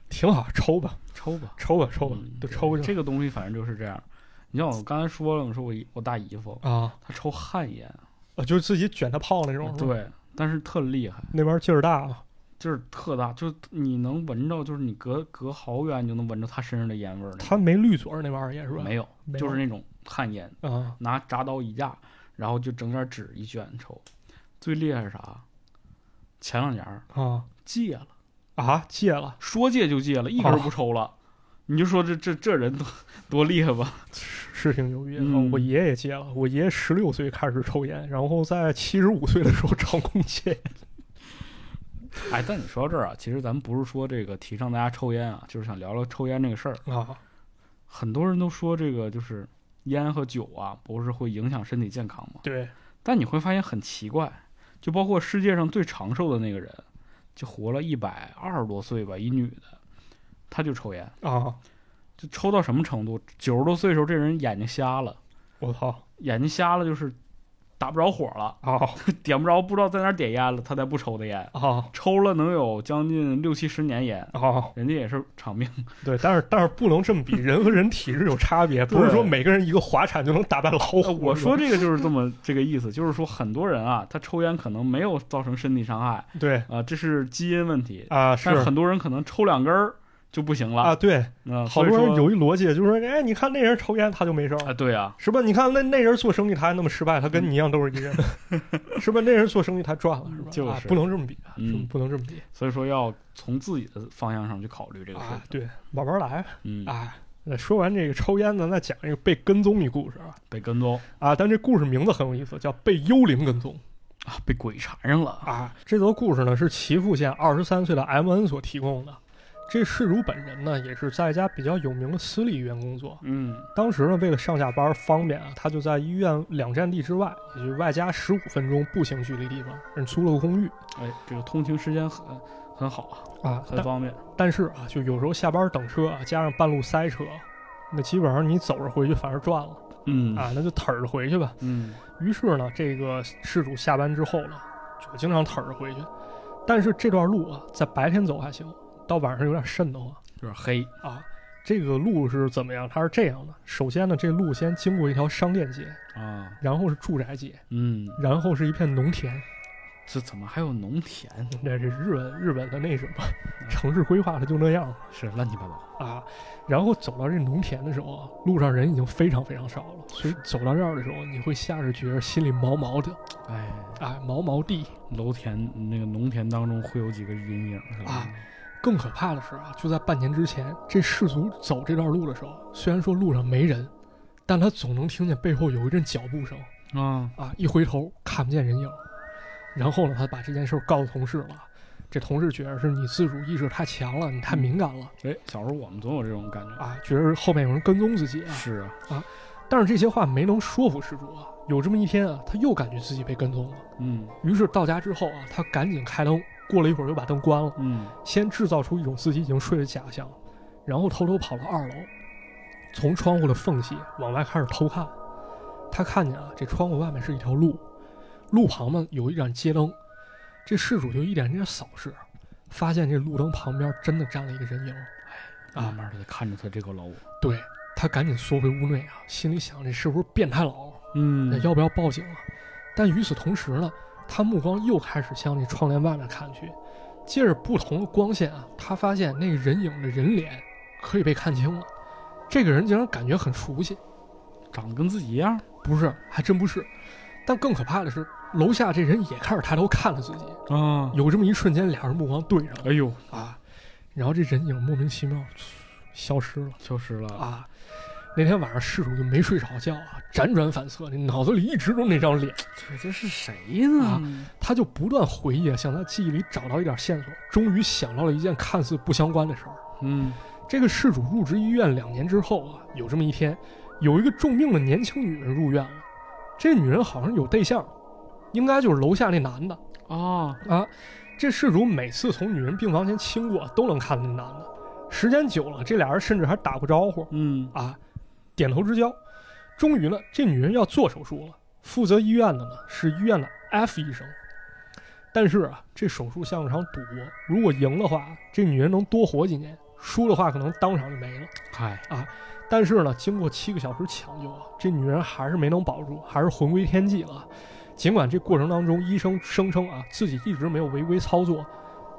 Speaker 2: 挺好，抽吧，
Speaker 1: 抽吧，
Speaker 2: 抽吧，抽吧
Speaker 1: 嗯，
Speaker 2: 就抽去
Speaker 1: 这个东西反正就是这样。你像我刚才说了，我说我姨我大姨夫
Speaker 2: 啊，
Speaker 1: 他抽旱烟，
Speaker 2: 啊就是自己卷他泡那种，，
Speaker 1: 嗯对，但是特厉害，
Speaker 2: 那边劲儿大啊，
Speaker 1: 就是特大，就是你能闻着，就是你隔隔好远你就能闻着他身上的烟味儿那种。
Speaker 2: 他没滤嘴儿那玩意儿也是吧？
Speaker 1: 没有，
Speaker 2: 没有，
Speaker 1: 就是那种旱烟，
Speaker 2: 啊，
Speaker 1: 拿铡刀一架，然后就整点纸一卷抽。最厉害是啥？前两年儿
Speaker 2: 啊
Speaker 1: 戒了。
Speaker 2: 啊，戒了，
Speaker 1: 说戒就戒了，一根儿不抽
Speaker 2: 哦
Speaker 1: 了。你就说这这这人多多厉害吧？
Speaker 2: 是挺牛逼的。啊
Speaker 1: 嗯
Speaker 2: 我爷爷戒了，我爷爷十六岁开始抽烟，然后在七十五岁的时候成功戒烟。
Speaker 1: 哎，但你说到这儿啊，其实咱们不是说这个提倡大家抽烟啊，就是想聊聊抽烟这个事儿。
Speaker 2: 啊
Speaker 1: 很多人都说这个就是烟和酒啊，不是会影响身体健康吗？
Speaker 2: 对，
Speaker 1: 但你会发现很奇怪，就包括世界上最长寿的那个人，就活了一百二十多岁吧，一女的，她就抽烟，
Speaker 2: 啊，
Speaker 1: 就抽到什么程度？九十多岁的时候，这人眼睛瞎了，
Speaker 2: 我操
Speaker 1: 眼睛瞎了就是打不着火了。
Speaker 2: 啊
Speaker 1: 点不着，不知道在哪儿点烟了，他才不抽的烟，
Speaker 2: 啊
Speaker 1: 抽了能有将近六七十年烟，
Speaker 2: 啊！
Speaker 1: 人家也是长命。
Speaker 2: 对，但是但是不能这么比，人和人体质有差别，
Speaker 1: 对呃
Speaker 2: 不是说每个人一个滑铲就能打败老虎。
Speaker 1: 我说这个就是这么这个意思，就是说很多人啊，他抽烟可能没有造成身体伤害啊、
Speaker 2: 对
Speaker 1: 这是基因问题，
Speaker 2: 啊，
Speaker 1: 但是很多人可能抽两根儿就不行了。呃
Speaker 2: 啊，对，
Speaker 1: 那、
Speaker 2: 好多人有一逻辑，就是说，哎，你看那人抽烟他就没事
Speaker 1: 啊，
Speaker 2: 儿，
Speaker 1: 对啊，
Speaker 2: 是吧？你看那那人做生意他还那么失败，他跟你一样都是一人， 是吧？那人做生意他赚了，是吧？
Speaker 1: 就是
Speaker 2: 啊不能这么比，啊
Speaker 1: 嗯
Speaker 2: 是不能这么比
Speaker 1: 所以说要从自己的方向上去考虑这个事情。
Speaker 2: 啊！对，慢慢来
Speaker 1: 嗯，
Speaker 2: 啊。那说完这个抽烟，咱再讲一个被跟踪一故事啊
Speaker 1: 被跟踪
Speaker 2: 啊！但这故事名字很有意思，叫《被幽灵跟踪》
Speaker 1: 啊，被鬼缠上了啊，
Speaker 2: 啊。这则故事呢是岐阜县二十三岁的 M N 所提供的。这事主本人呢也是在一家比较有名的私立医院工作，
Speaker 1: 嗯
Speaker 2: 当时呢，为了上下班方便啊，他就在医院两站地之外，也就是外加十五分钟步行距离地方，人租了个公寓
Speaker 1: 哎，这个通勤时间很很好啊，
Speaker 2: 啊。
Speaker 1: 很
Speaker 2: 但
Speaker 1: 方便。
Speaker 2: 但是啊，就有时候下班等车啊，加上半路塞车，那基本上你走着回去反而赚了
Speaker 1: 嗯
Speaker 2: 啊，那就腿儿着回去吧。
Speaker 1: 嗯
Speaker 2: 于是呢，这个事主下班之后呢，就经常腿儿着回去。但是这段路啊，在白天走还行，到晚上有点瘆得慌。
Speaker 1: 有点黑，
Speaker 2: 啊，这个路是怎么样？它是这样的：首先呢，这路先经过一条商店街，
Speaker 1: 啊，
Speaker 2: 然后是住宅街，
Speaker 1: 嗯，
Speaker 2: 然后是一片农田。
Speaker 1: 这怎么还有农田？
Speaker 2: 那这日本日本的那什么 城市规划，它就那样
Speaker 1: 是乱七八糟。
Speaker 2: 啊。然后走到这农田的时候啊，路上人已经非常非常少了，所以走到这儿的时候，你会下着觉得心里毛毛的，
Speaker 1: 哎，
Speaker 2: 啊，毛毛地。
Speaker 1: 楼田那个农田当中会有几个阴影是吧？
Speaker 2: 啊更可怕的是啊，就在半年之前，这氏族走这段路的时候，虽然说路上没人，但他总能听见背后有一阵脚步声。
Speaker 1: 啊，
Speaker 2: 啊，一回头看不见人影。然后呢，他把这件事儿告诉同事了。这同事觉得是你自主意识太强了，你太敏感了
Speaker 1: 哎，小时候我们总有这种感觉。
Speaker 2: 啊，觉得后面有人跟踪自己啊。
Speaker 1: 是啊，
Speaker 2: 但是这些话没能说服施主啊。有这么一天啊，他又感觉自己被跟踪了。
Speaker 1: 嗯
Speaker 2: 于是到家之后啊，他赶紧开灯，过了一会儿又把灯关了，
Speaker 1: 嗯
Speaker 2: 先制造出一种自己已经睡的假象，然后偷偷跑到二楼，从窗户的缝隙往外开始偷看。他看见啊，这窗户外面是一条路，路旁嘛有一盏街灯，这事主就一点点扫视，发现这路灯旁边真的站了一个人影。
Speaker 1: 啊慢慢的看着他这个老五，
Speaker 2: 对他赶紧缩回屋内啊，心里想这是不是变态佬？
Speaker 1: 嗯
Speaker 2: 要不要报警啊？但与此同时呢，他目光又开始向那窗帘外面看去，借着不同的光线啊，他发现那个人影的人脸可以被看清了。这个人竟然感觉很熟悉，
Speaker 1: 长得跟自己一样
Speaker 2: 不是，还真不是。但更可怕的是，楼下这人也开始抬头看了自己，
Speaker 1: 啊，
Speaker 2: 有这么一瞬间，俩人目光对上了
Speaker 1: 哎呦，
Speaker 2: 啊，然后这人影莫名其妙消失了。
Speaker 1: 消失了，
Speaker 2: 啊。那天晚上，事主就没睡着觉啊，辗转反侧，那脑子里一直都是那张脸，
Speaker 1: 这这是谁呢？
Speaker 2: 他就不断回忆，啊，想在记忆里找到一点线索，终于想到了一件看似不相关的事儿。
Speaker 1: 嗯
Speaker 2: 这个事主入职医院两年之后啊，有这么一天，有一个重病的年轻女人入院了，这女人好像有对象，应该就是楼下那男的
Speaker 1: 啊，
Speaker 2: 啊。这事主每次从女人病房前经过，都能看到那男的。时间久了，这俩人甚至还打过招呼。
Speaker 1: 嗯
Speaker 2: 啊，点头之交。终于呢，这女人要做手术了，负责医院的呢是医院的 F 医生。但是啊，这手术像是场赌博，如果赢的话，这女人能多活几年；输的话，可能当场就没了。
Speaker 1: 嗨，
Speaker 2: 但是呢，经过七个小时抢救啊，这女人还是没能保住，还是魂归天际了。尽管这过程当中，医生声称啊自己一直没有违规操作，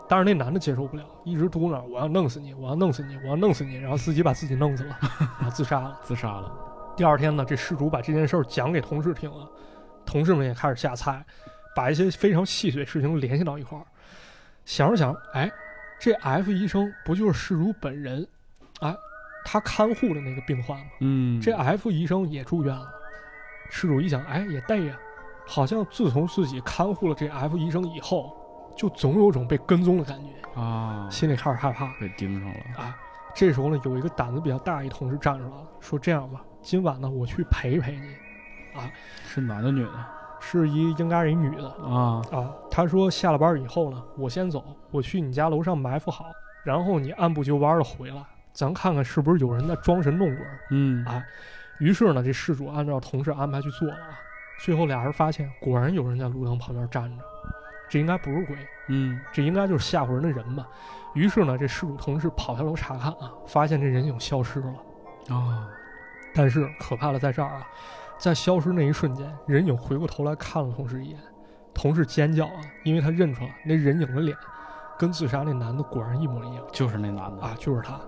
Speaker 2: 但是那男的接受不了，一直嘟囔：“我要弄死你，我要弄死你，我要弄死你。”然后自己把自己弄死了，然后自杀了。
Speaker 1: 自杀了，
Speaker 2: 第二天呢，这事主把这件事儿讲给同事听了，同事们也开始下菜，把一些非常细碎的事情联系到一块儿。想着想着，哎，这 F 医生不就是事主本人？哎，他看护的那个病患吗？
Speaker 1: 嗯，
Speaker 2: 这 F 医生也住院了。事主一想，哎，也对呀，好像自从自己看护了这 F 医生以后，就总有种被跟踪的感觉，
Speaker 1: 啊，
Speaker 2: 心里开始害怕。啊
Speaker 1: 被盯上了，
Speaker 2: 这时候呢，有一个胆子比较大一同事站出来了，说：“这样吧，今晚呢，我去陪陪你。”
Speaker 1: 是男的女的
Speaker 2: 是一应该是一女的
Speaker 1: 啊？
Speaker 2: 啊。她说下了班以后呢，我先走，我去你家楼上埋伏好，然后你按部就班的回来，咱看看是不是有人在装神弄鬼。
Speaker 1: 嗯
Speaker 2: 啊于是呢，这事主按照同事安排去做了啊。最后俩人发现，果然有人在路灯旁边站着，这应该不是鬼，
Speaker 1: 嗯，
Speaker 2: 这应该就是吓唬人的人吧。于是呢，这事主同事跑下楼查看啊，发现这人影消失了。
Speaker 1: 啊，
Speaker 2: 但是可怕的在这儿啊，在消失那一瞬间，人影回过头来看了同事一眼，同事尖叫啊，因为他认出来那人影的脸跟自杀那男的果然一模一样
Speaker 1: 就是那男的
Speaker 2: 啊，就是他。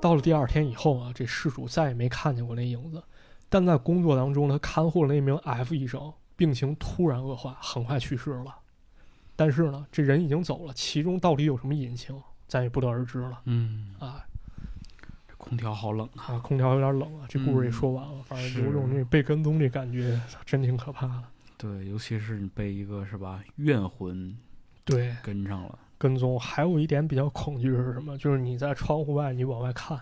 Speaker 2: 到了第二天以后啊，这事主再也没看见过那影子，但在工作当中，他看护了那名 F 医生，病情突然恶化，很快去世了。但是呢，这人已经走了，其中到底有什么隐情，咱也不得而知了
Speaker 1: 嗯，
Speaker 2: 啊。
Speaker 1: 这空调好冷啊，
Speaker 2: 啊，空调有点冷啊，这故事也
Speaker 1: 嗯
Speaker 2: 说完了，反正有
Speaker 1: 是
Speaker 2: 种那被跟踪这感觉，操真挺可怕的。
Speaker 1: 对，尤其是你被一个是吧怨魂
Speaker 2: 对，
Speaker 1: 跟上了。
Speaker 2: 跟踪还有一点比较恐惧是什么？就是你在窗户外，你往外看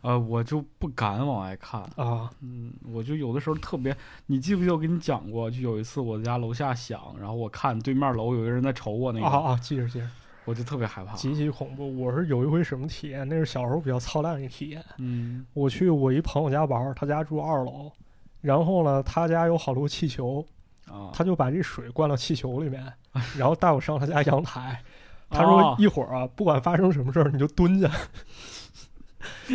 Speaker 1: 呃，我就不敢往外看，
Speaker 2: 啊，
Speaker 1: 嗯，我就有的时候特别，你记不记得我跟你讲过，就有一次我家楼下响，然后我看对面楼有一个人在瞅我那个，啊
Speaker 2: 啊啊，记着记着，
Speaker 1: 我就特别害怕，
Speaker 2: 极其恐怖。我是有一回什么体验？那是小时候比较操蛋的体验。
Speaker 1: 嗯
Speaker 2: 我去我一朋友家玩儿，他家住二楼，然后呢，他家有好多气球，
Speaker 1: 啊，
Speaker 2: 他就把这水灌到气球里面，然后带我上他家阳台。他说
Speaker 1: 哦
Speaker 2: 一会儿啊，不管发生什么事儿，你就蹲下。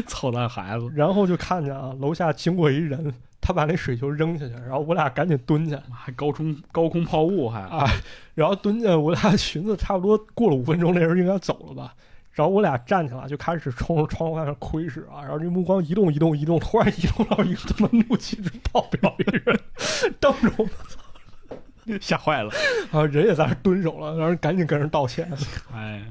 Speaker 1: 操蛋孩子，
Speaker 2: 然后就看见啊，楼下经过一人，他把那水球扔下去，然后我俩赶紧蹲下，
Speaker 1: 还高空高空抛物还，
Speaker 2: 啊然后蹲下，我俩寻思差不多过了五分钟，那人应该走了吧。然后我俩站起来就开始冲着窗户外面窥视啊，然后这目光移动移动移动，突然移动到一个他妈怒气值爆表一个人瞪着我们
Speaker 1: 吓坏了，
Speaker 2: 啊，人也在那蹲守了，然后赶紧跟人道歉，
Speaker 1: 哎，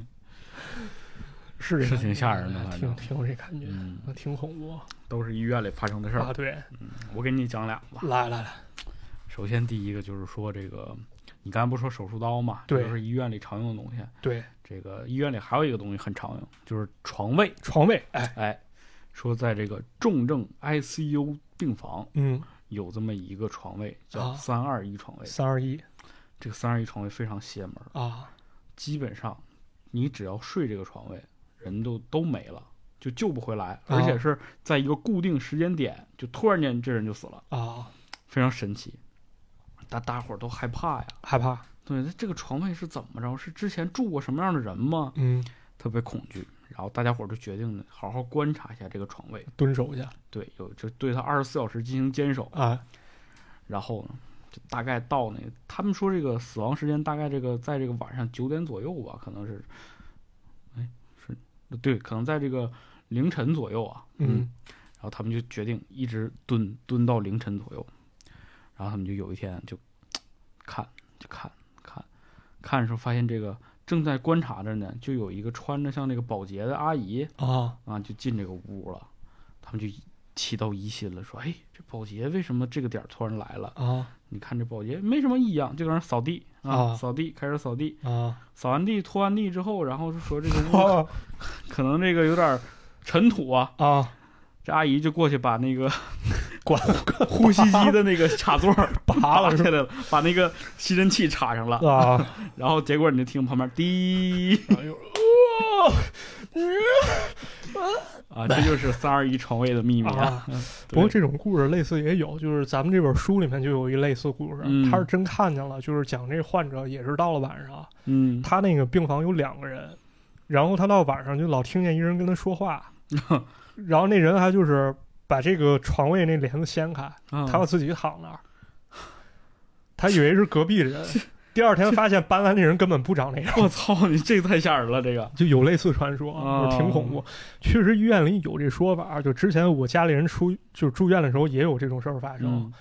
Speaker 2: 是
Speaker 1: 是挺吓人的
Speaker 2: 哎
Speaker 1: 反
Speaker 2: 挺
Speaker 1: 正
Speaker 2: 挺有这感觉，
Speaker 1: 嗯，
Speaker 2: 挺恐怖
Speaker 1: 都是医院里发生的事儿
Speaker 2: 啊。，对，
Speaker 1: 我给你讲俩吧。
Speaker 2: 来来来，
Speaker 1: 首先第一个就是说这个，你刚才不是说手术刀嘛，
Speaker 2: 对
Speaker 1: 就是医院里常用的东西，
Speaker 2: 对，
Speaker 1: 这个医院里还有一个东西很常用，就是床位，
Speaker 2: 床位，哎，
Speaker 1: 哎，说在这个重症 ICU 病房
Speaker 2: 嗯，
Speaker 1: 有这么一个床位叫
Speaker 2: 啊
Speaker 1: 三二一床位，
Speaker 2: 三二一
Speaker 1: 这个三二一床位非常邪门儿，
Speaker 2: 啊，
Speaker 1: 基本上你只要睡这个床位，人都都没了，就救不回来，而且是在一个固定时间点，就突然间这人就死了，
Speaker 2: 啊
Speaker 1: 非常神奇。大大伙儿都害怕呀。
Speaker 2: 害怕，
Speaker 1: 对，那这个床位是怎么着？是之前住过什么样的人吗？
Speaker 2: 嗯，
Speaker 1: 特别恐惧，然后大家伙儿就决定好好观察一下这个床位，
Speaker 2: 蹲守去
Speaker 1: 对，有就对他二十四小时进行坚守。
Speaker 2: 啊，
Speaker 1: 然后呢，就大概到那个，他们说这个死亡时间大概这个在这个晚上九点左右吧，可能是，哎，是对，可能在这个凌晨左右啊，
Speaker 2: 嗯
Speaker 1: 然后他们就决定一直蹲蹲到凌晨左右，然后他们就有一天就看就看看看的时候，发现这个正在观察着呢，就有一个穿着像那个保洁的阿姨
Speaker 2: 啊，
Speaker 1: 啊，就进这个屋了，他们就起到疑心了，说：“哎，这保洁为什么这个点儿突然来了？
Speaker 2: 啊
Speaker 1: 你看这保洁没什么异样，就在那儿扫地啊，
Speaker 2: 啊
Speaker 1: 扫地开始扫地，
Speaker 2: 啊
Speaker 1: 扫完地拖完地之后，然后就 说这个屋
Speaker 2: 啊
Speaker 1: 可能这个有点儿尘土啊，
Speaker 2: 啊！
Speaker 1: 这阿姨就过去把那个
Speaker 2: 管
Speaker 1: 呼吸机的那个插座儿拔
Speaker 2: 了
Speaker 1: 下来了，把那个吸尘器插上 了，
Speaker 2: 啊！
Speaker 1: 然后结果你就听旁边滴
Speaker 2: 哎呦，
Speaker 1: 嗯啊， 这就是三二一床位的秘密
Speaker 2: 啊
Speaker 1: 嗯
Speaker 2: 不过
Speaker 1: 对
Speaker 2: 这种故事类似也有，就是咱们这本书里面就有一类似故事，
Speaker 1: 嗯
Speaker 2: 他是真看见了，就是讲这患者也是到了晚上，
Speaker 1: 嗯，
Speaker 2: 他那个病房有两个人，然后他到晚上就老听见一人跟他 说话，然后那人还就是把这个床位那帘子掀开，
Speaker 1: 啊
Speaker 2: 他要自己躺那儿，他以为是隔壁 人，第二天发现搬来那人根本不长那样，
Speaker 1: 我操，你这个太吓人了，这个
Speaker 2: 就有类似传说，
Speaker 1: 哦
Speaker 2: 就是挺恐怖。确实医院里有这说法，就之前我家里人出就是住院的时候也有这种事儿发生，
Speaker 1: 嗯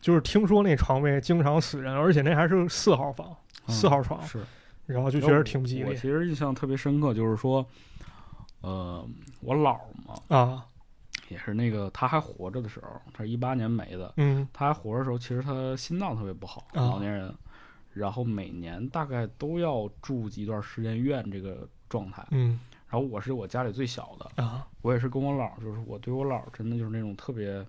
Speaker 2: 就是听说那床位经常死人，而且那还是四号房、
Speaker 1: 嗯
Speaker 2: 四号啊床，
Speaker 1: 是
Speaker 2: 然后就觉得挺不吉
Speaker 1: 哦我
Speaker 2: 利
Speaker 1: 其实印象特别深刻，就是说，呃，我姥儿嘛，
Speaker 2: 啊，
Speaker 1: 也是那个他还活着的时候，他是一八年没的，
Speaker 2: 嗯
Speaker 1: 他还活着的时候，其实他心脏特别不好，
Speaker 2: 啊
Speaker 1: 老年人，然后每年大概都要住一段时间院这个状态。
Speaker 2: 嗯
Speaker 1: 然后我是我家里最小的，
Speaker 2: 啊，
Speaker 1: 我也是跟我姥儿，就是我对我姥儿真的就是那种特别，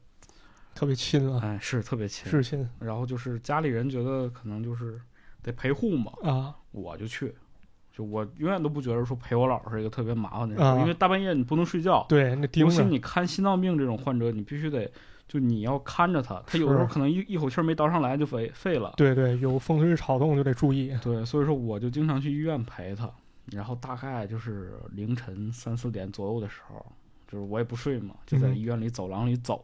Speaker 2: 特别亲啊，
Speaker 1: 哎，是特别亲。
Speaker 2: 是亲
Speaker 1: 然后就是家里人觉得可能就是得陪护嘛，
Speaker 2: 啊
Speaker 1: 我就去。就我永远都不觉得说陪我姥儿是一个特别麻烦的事，
Speaker 2: 啊
Speaker 1: 因为大半夜你不能睡觉，
Speaker 2: 对，那盯
Speaker 1: 尤其
Speaker 2: 着
Speaker 1: 你看心脏病这种患者，你必须得就你要看着他，他有时候
Speaker 2: 是
Speaker 1: 可能一一口气儿没倒上来就废废了。
Speaker 2: 对对，有风吹草动就得注意
Speaker 1: 对，所以说我就经常去医院陪他，然后大概就是凌晨三四点左右的时候，就是我也不睡嘛，就在
Speaker 2: 嗯
Speaker 1: 医院里走廊里走，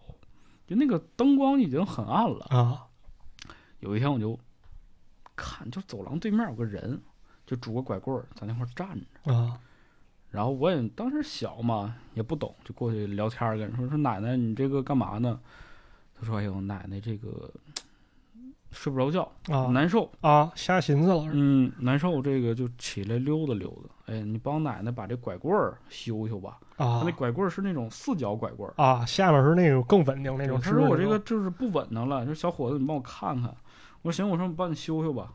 Speaker 1: 就那个灯光已经很暗了。
Speaker 2: 啊
Speaker 1: 有一天我就看，就走廊对面有个人，就拄个拐棍儿在那块儿站着。
Speaker 2: 啊
Speaker 1: 然后我也当时小嘛，也不懂，就过去聊天儿，跟人说说奶奶，你这个干嘛呢？他说：“哎呦，奶奶这个睡不着觉，
Speaker 2: 啊
Speaker 1: 难受，
Speaker 2: 啊，瞎寻思了
Speaker 1: 嗯，难受。这个就起来溜达溜达。哎，你帮奶奶把这拐棍儿修修吧。
Speaker 2: 啊
Speaker 1: 他那拐棍儿是那种四角拐棍儿。
Speaker 2: 啊，下面是那种更稳定那种。
Speaker 1: 他说我这个哎就是不稳当了，说小伙子，你帮我看看。我说行，我说我帮你修修吧，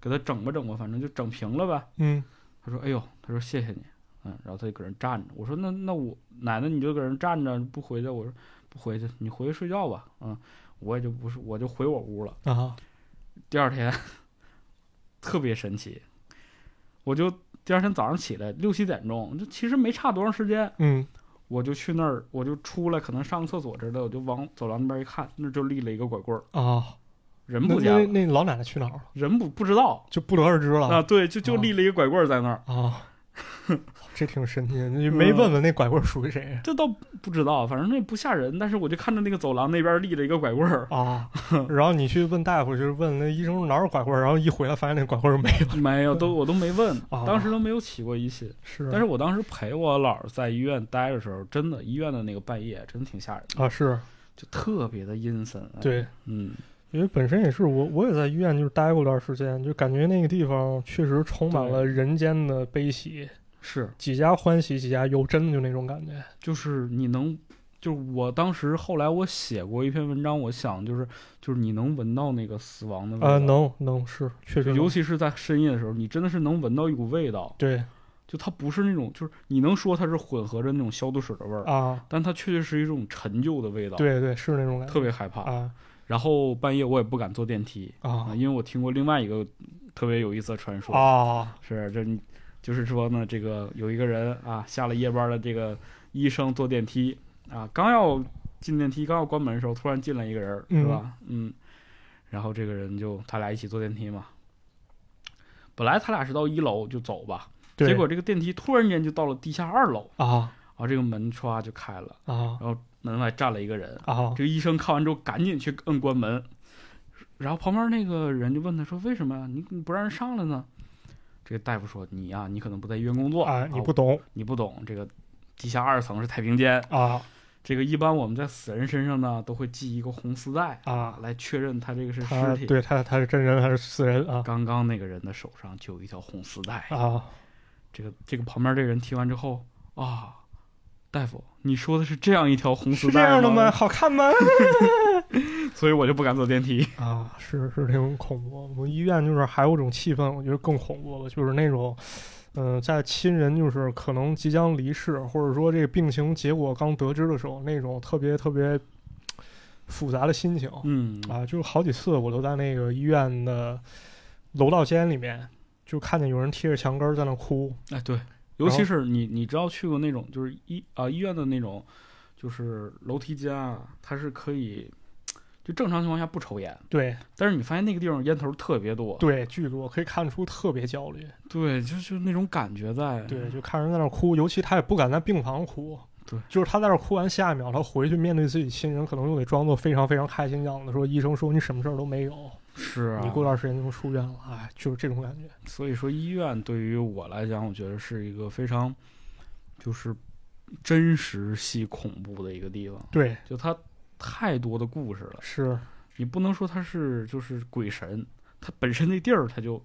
Speaker 1: 给他整吧整吧，反正就整平了呗。
Speaker 2: 嗯
Speaker 1: 他说：“哎呦，他说谢谢你，嗯，然后他就搁那儿站着。我说：那那我奶奶你就搁那儿站着不回去？我说不回去，你回去睡觉吧。嗯，我也就不是，我就回我屋了。
Speaker 2: 啊
Speaker 1: 第二天 特别神奇，我就第二天早上起来六七点钟，就其实没差多长时间，
Speaker 2: 嗯
Speaker 1: 我就去那儿，我就出来，可能上个厕所之类的，我就往走廊那边一看，那儿就立了一个拐棍儿，
Speaker 2: 啊，
Speaker 1: 人
Speaker 2: 那
Speaker 1: 不见
Speaker 2: 那哦
Speaker 1: 了，
Speaker 2: 那老奶奶去哪儿了？
Speaker 1: 人不不知道
Speaker 2: 就不得而知
Speaker 1: 啊，
Speaker 2: 了
Speaker 1: 对，就就立了一个拐棍儿在那儿。”
Speaker 2: 啊。这挺神奇的，你
Speaker 1: 嗯
Speaker 2: 没问问那拐棍属于谁
Speaker 1: 这倒不知道，反正那不吓人，但是我就看着那个走廊那边立着一个拐棍儿，
Speaker 2: 啊？然后你去问大夫，就是问那医生哪有拐棍，然后一回来发现那拐棍没了。
Speaker 1: 没有，都我都没问，
Speaker 2: 啊
Speaker 1: 当时都没有起过疑心。
Speaker 2: 是，
Speaker 1: 但是我当时陪我姥儿在医院待的时候，真的医院的那个半夜真的挺吓人的，
Speaker 2: 啊是
Speaker 1: 就特别的阴森。，
Speaker 2: 对，
Speaker 1: 嗯，
Speaker 2: 因为本身也是我，我也在医院就是待过段时间，就感觉那个地方确实充满了人间的悲喜，
Speaker 1: 是，
Speaker 2: 几家欢喜几家忧，真的就那种感觉。
Speaker 1: 就是你能，就是我当时后来我写过一篇文章，我想就是就是你能闻到那个死亡的味道，
Speaker 2: 啊，能能是，确实
Speaker 1: 嗯就
Speaker 2: 能
Speaker 1: 尤其是在深夜的时候，你真的是能闻到一股味道，
Speaker 2: 对
Speaker 1: 就它不是那种，就是你能说它是混合着那种消毒水的味儿。
Speaker 2: 啊，
Speaker 1: 但它确确实是一种陈旧的味道，，
Speaker 2: 对对是那种感觉
Speaker 1: 特别害怕。
Speaker 2: 啊
Speaker 1: 然后半夜我也不敢坐电梯啊，
Speaker 2: 啊
Speaker 1: 因为我听过另外一个特别有意思的传说，
Speaker 2: 啊
Speaker 1: 是这你就是说呢，这个有一个人啊，下了夜班的这个医生坐电梯啊，刚要进电梯，刚要关门的时候，突然进来一个人，是吧？嗯。然后这个人就他俩一起坐电梯嘛，本来他俩是到一楼就走吧，
Speaker 2: 对
Speaker 1: 结果这个电梯突然间就到了地下二楼，
Speaker 2: 啊
Speaker 1: 然后这个门歘就开了，
Speaker 2: 啊
Speaker 1: 门外站了一个人，
Speaker 2: 啊
Speaker 1: 这个医生看完之后赶紧去摁关门，然后旁边那个人就问他说：“为什么呀？你你不让人上来呢？”这个大夫说：“你呀、你可能不在医院工作
Speaker 2: 啊！你不
Speaker 1: 啊
Speaker 2: 懂
Speaker 1: 你不懂这个地下二层是太平间，
Speaker 2: 啊
Speaker 1: 这个一般我们在死人身上呢都会系一个红丝带
Speaker 2: 啊！
Speaker 1: 来确认他这个是
Speaker 2: 他
Speaker 1: 尸体。
Speaker 2: 对他他是真人还是死人啊
Speaker 1: 刚刚那个人的手上就有一条红丝带。
Speaker 2: 啊
Speaker 1: 这个这个旁边这人听完之后啊，大夫，你说的是这样一条红丝
Speaker 2: 是这
Speaker 1: 带
Speaker 2: 样的吗？？好看吗？
Speaker 1: 所以我就不敢坐电梯。
Speaker 2: 啊，是是这种恐怖。我们医院就是还有一种气氛，我觉得更恐怖了，就是那种，嗯、在亲人就是可能即将离世，或者说这个病情结果刚得知的时候，那种特别特别复杂的心情
Speaker 1: 嗯
Speaker 2: 啊，就是好几次我都在那个医院的楼道间里面，就看见有人贴着墙根儿在那哭
Speaker 1: 哎，对，尤其是你，你知道去过那种就是医啊、医院的那种，就是楼梯间啊，它是可以，就正常情况下不抽烟，
Speaker 2: 对
Speaker 1: 但是你发现那个地方烟头特别多，
Speaker 2: 对，巨多，可以看出特别焦虑。
Speaker 1: 对，就就那种感觉在，
Speaker 2: 对，就看人在那儿哭，尤其他也不敢在病房哭。
Speaker 1: 对，
Speaker 2: 就是他在那儿哭完，下一秒他回去面对自己亲人，可能又得装作非常非常开心样子，说医生说你什么事儿都没有，
Speaker 1: 是啊，
Speaker 2: 你过段时间就出院了，哎，就是这种感觉。
Speaker 1: 所以说医院对于我来讲，我觉得是一个非常，就是真实系恐怖的一个地方，
Speaker 2: 对，
Speaker 1: 就它太多的故事了，
Speaker 2: 是，
Speaker 1: 你不能说它是就是鬼神，它本身那地儿它就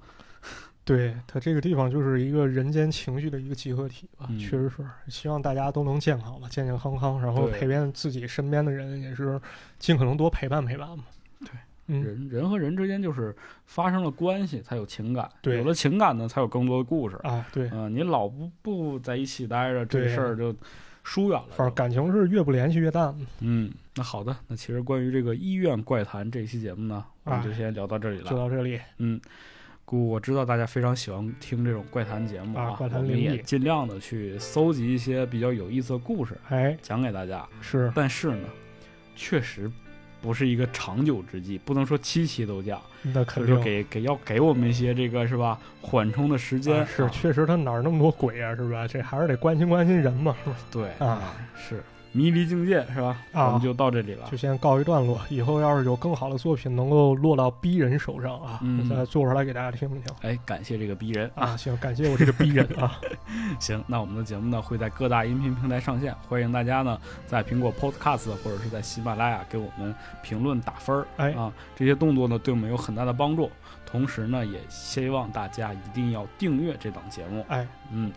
Speaker 2: 对他这个地方就是一个人间情绪的一个集合体吧，
Speaker 1: 嗯
Speaker 2: 确实是。希望大家都能健康吧，健健康康，然后
Speaker 1: 对
Speaker 2: 陪伴自己身边的人，也是尽可能多陪伴陪伴嘛。
Speaker 1: 对，
Speaker 2: 嗯，
Speaker 1: 人人和人之间就是发生了关系才有情感，
Speaker 2: 对
Speaker 1: 有了情感呢才有更多的故事。
Speaker 2: 啊，对，
Speaker 1: 嗯、你老不不在一起待着，这
Speaker 2: 对
Speaker 1: 事儿就疏远了
Speaker 2: 反正
Speaker 1: 就。
Speaker 2: 感情是越不联系越淡。
Speaker 1: 嗯，那好的，那其实关于这个医院怪谈这一期节目呢，我们就
Speaker 2: 哎
Speaker 1: 先聊到这里
Speaker 2: 就
Speaker 1: 了。
Speaker 2: 到这里，
Speaker 1: 嗯，故我知道大家非常喜欢听这种怪谈节目
Speaker 2: 啊怪谈
Speaker 1: 我们
Speaker 2: 灵
Speaker 1: 也
Speaker 2: 异
Speaker 1: 尽量的去搜集一些比较有意思的故事
Speaker 2: 哎，
Speaker 1: 讲给大家。
Speaker 2: 是。
Speaker 1: 但是呢，确实不是一个长久之计，不能说期期都讲。
Speaker 2: 那
Speaker 1: 所
Speaker 2: 肯
Speaker 1: 以说
Speaker 2: 定
Speaker 1: 给给要给我们一些这个是吧缓冲的时间，
Speaker 2: 啊是
Speaker 1: 啊
Speaker 2: 确实他哪儿那么多鬼啊，是吧？这还是得关心关心人嘛，是吧？
Speaker 1: 对
Speaker 2: 啊，
Speaker 1: 是迷离境界是吧？
Speaker 2: 啊
Speaker 1: 我们就到这里了
Speaker 2: 就，先告一段落。以后要是有更好的作品能够落到逼人手上啊，
Speaker 1: 嗯
Speaker 2: 我再做出来给大家听听
Speaker 1: 哎，感谢这个逼人
Speaker 2: 啊。行，感谢我这个逼人 啊，
Speaker 1: 行，那我们的节目呢会在各大音频平台上线，欢迎大家呢在苹果 Podcast 或者是在喜马拉雅给我们评论打分儿，
Speaker 2: 哎
Speaker 1: 啊，这些动作呢对我们有很大的帮助。同时呢，也希望大家一定要订阅这档节目，
Speaker 2: 哎，
Speaker 1: 嗯，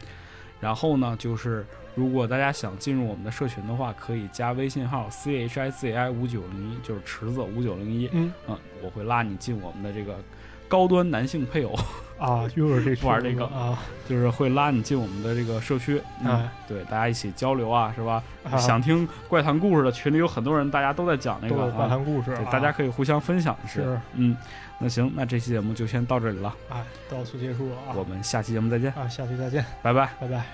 Speaker 1: 然后呢，就是如果大家想进入我们的社群的话，可以加微信号 c h i z i 五九零一，就是池子五九零一，
Speaker 2: 嗯
Speaker 1: 嗯，我会拉你进我们的这个高端男性配偶，
Speaker 2: 啊，又是这群
Speaker 1: 玩这个
Speaker 2: 啊，
Speaker 1: 就是会拉你进我们的这个社区，嗯
Speaker 2: 哎，
Speaker 1: 对，大家一起交流啊，是吧？
Speaker 2: 啊
Speaker 1: 想听怪谈故事的群里有很多人，大家都在讲这
Speaker 2: 都
Speaker 1: 个
Speaker 2: 有怪
Speaker 1: 啊，
Speaker 2: 谈故
Speaker 1: 对，
Speaker 2: 事啊
Speaker 1: 大家可以互相分享一些，
Speaker 2: 是
Speaker 1: 嗯，那行，那这期节目就先到这里了，
Speaker 2: 哎，到此结束了啊
Speaker 1: 我们下期节目再见，
Speaker 2: 啊，下期再见，
Speaker 1: 拜拜。
Speaker 2: 拜拜。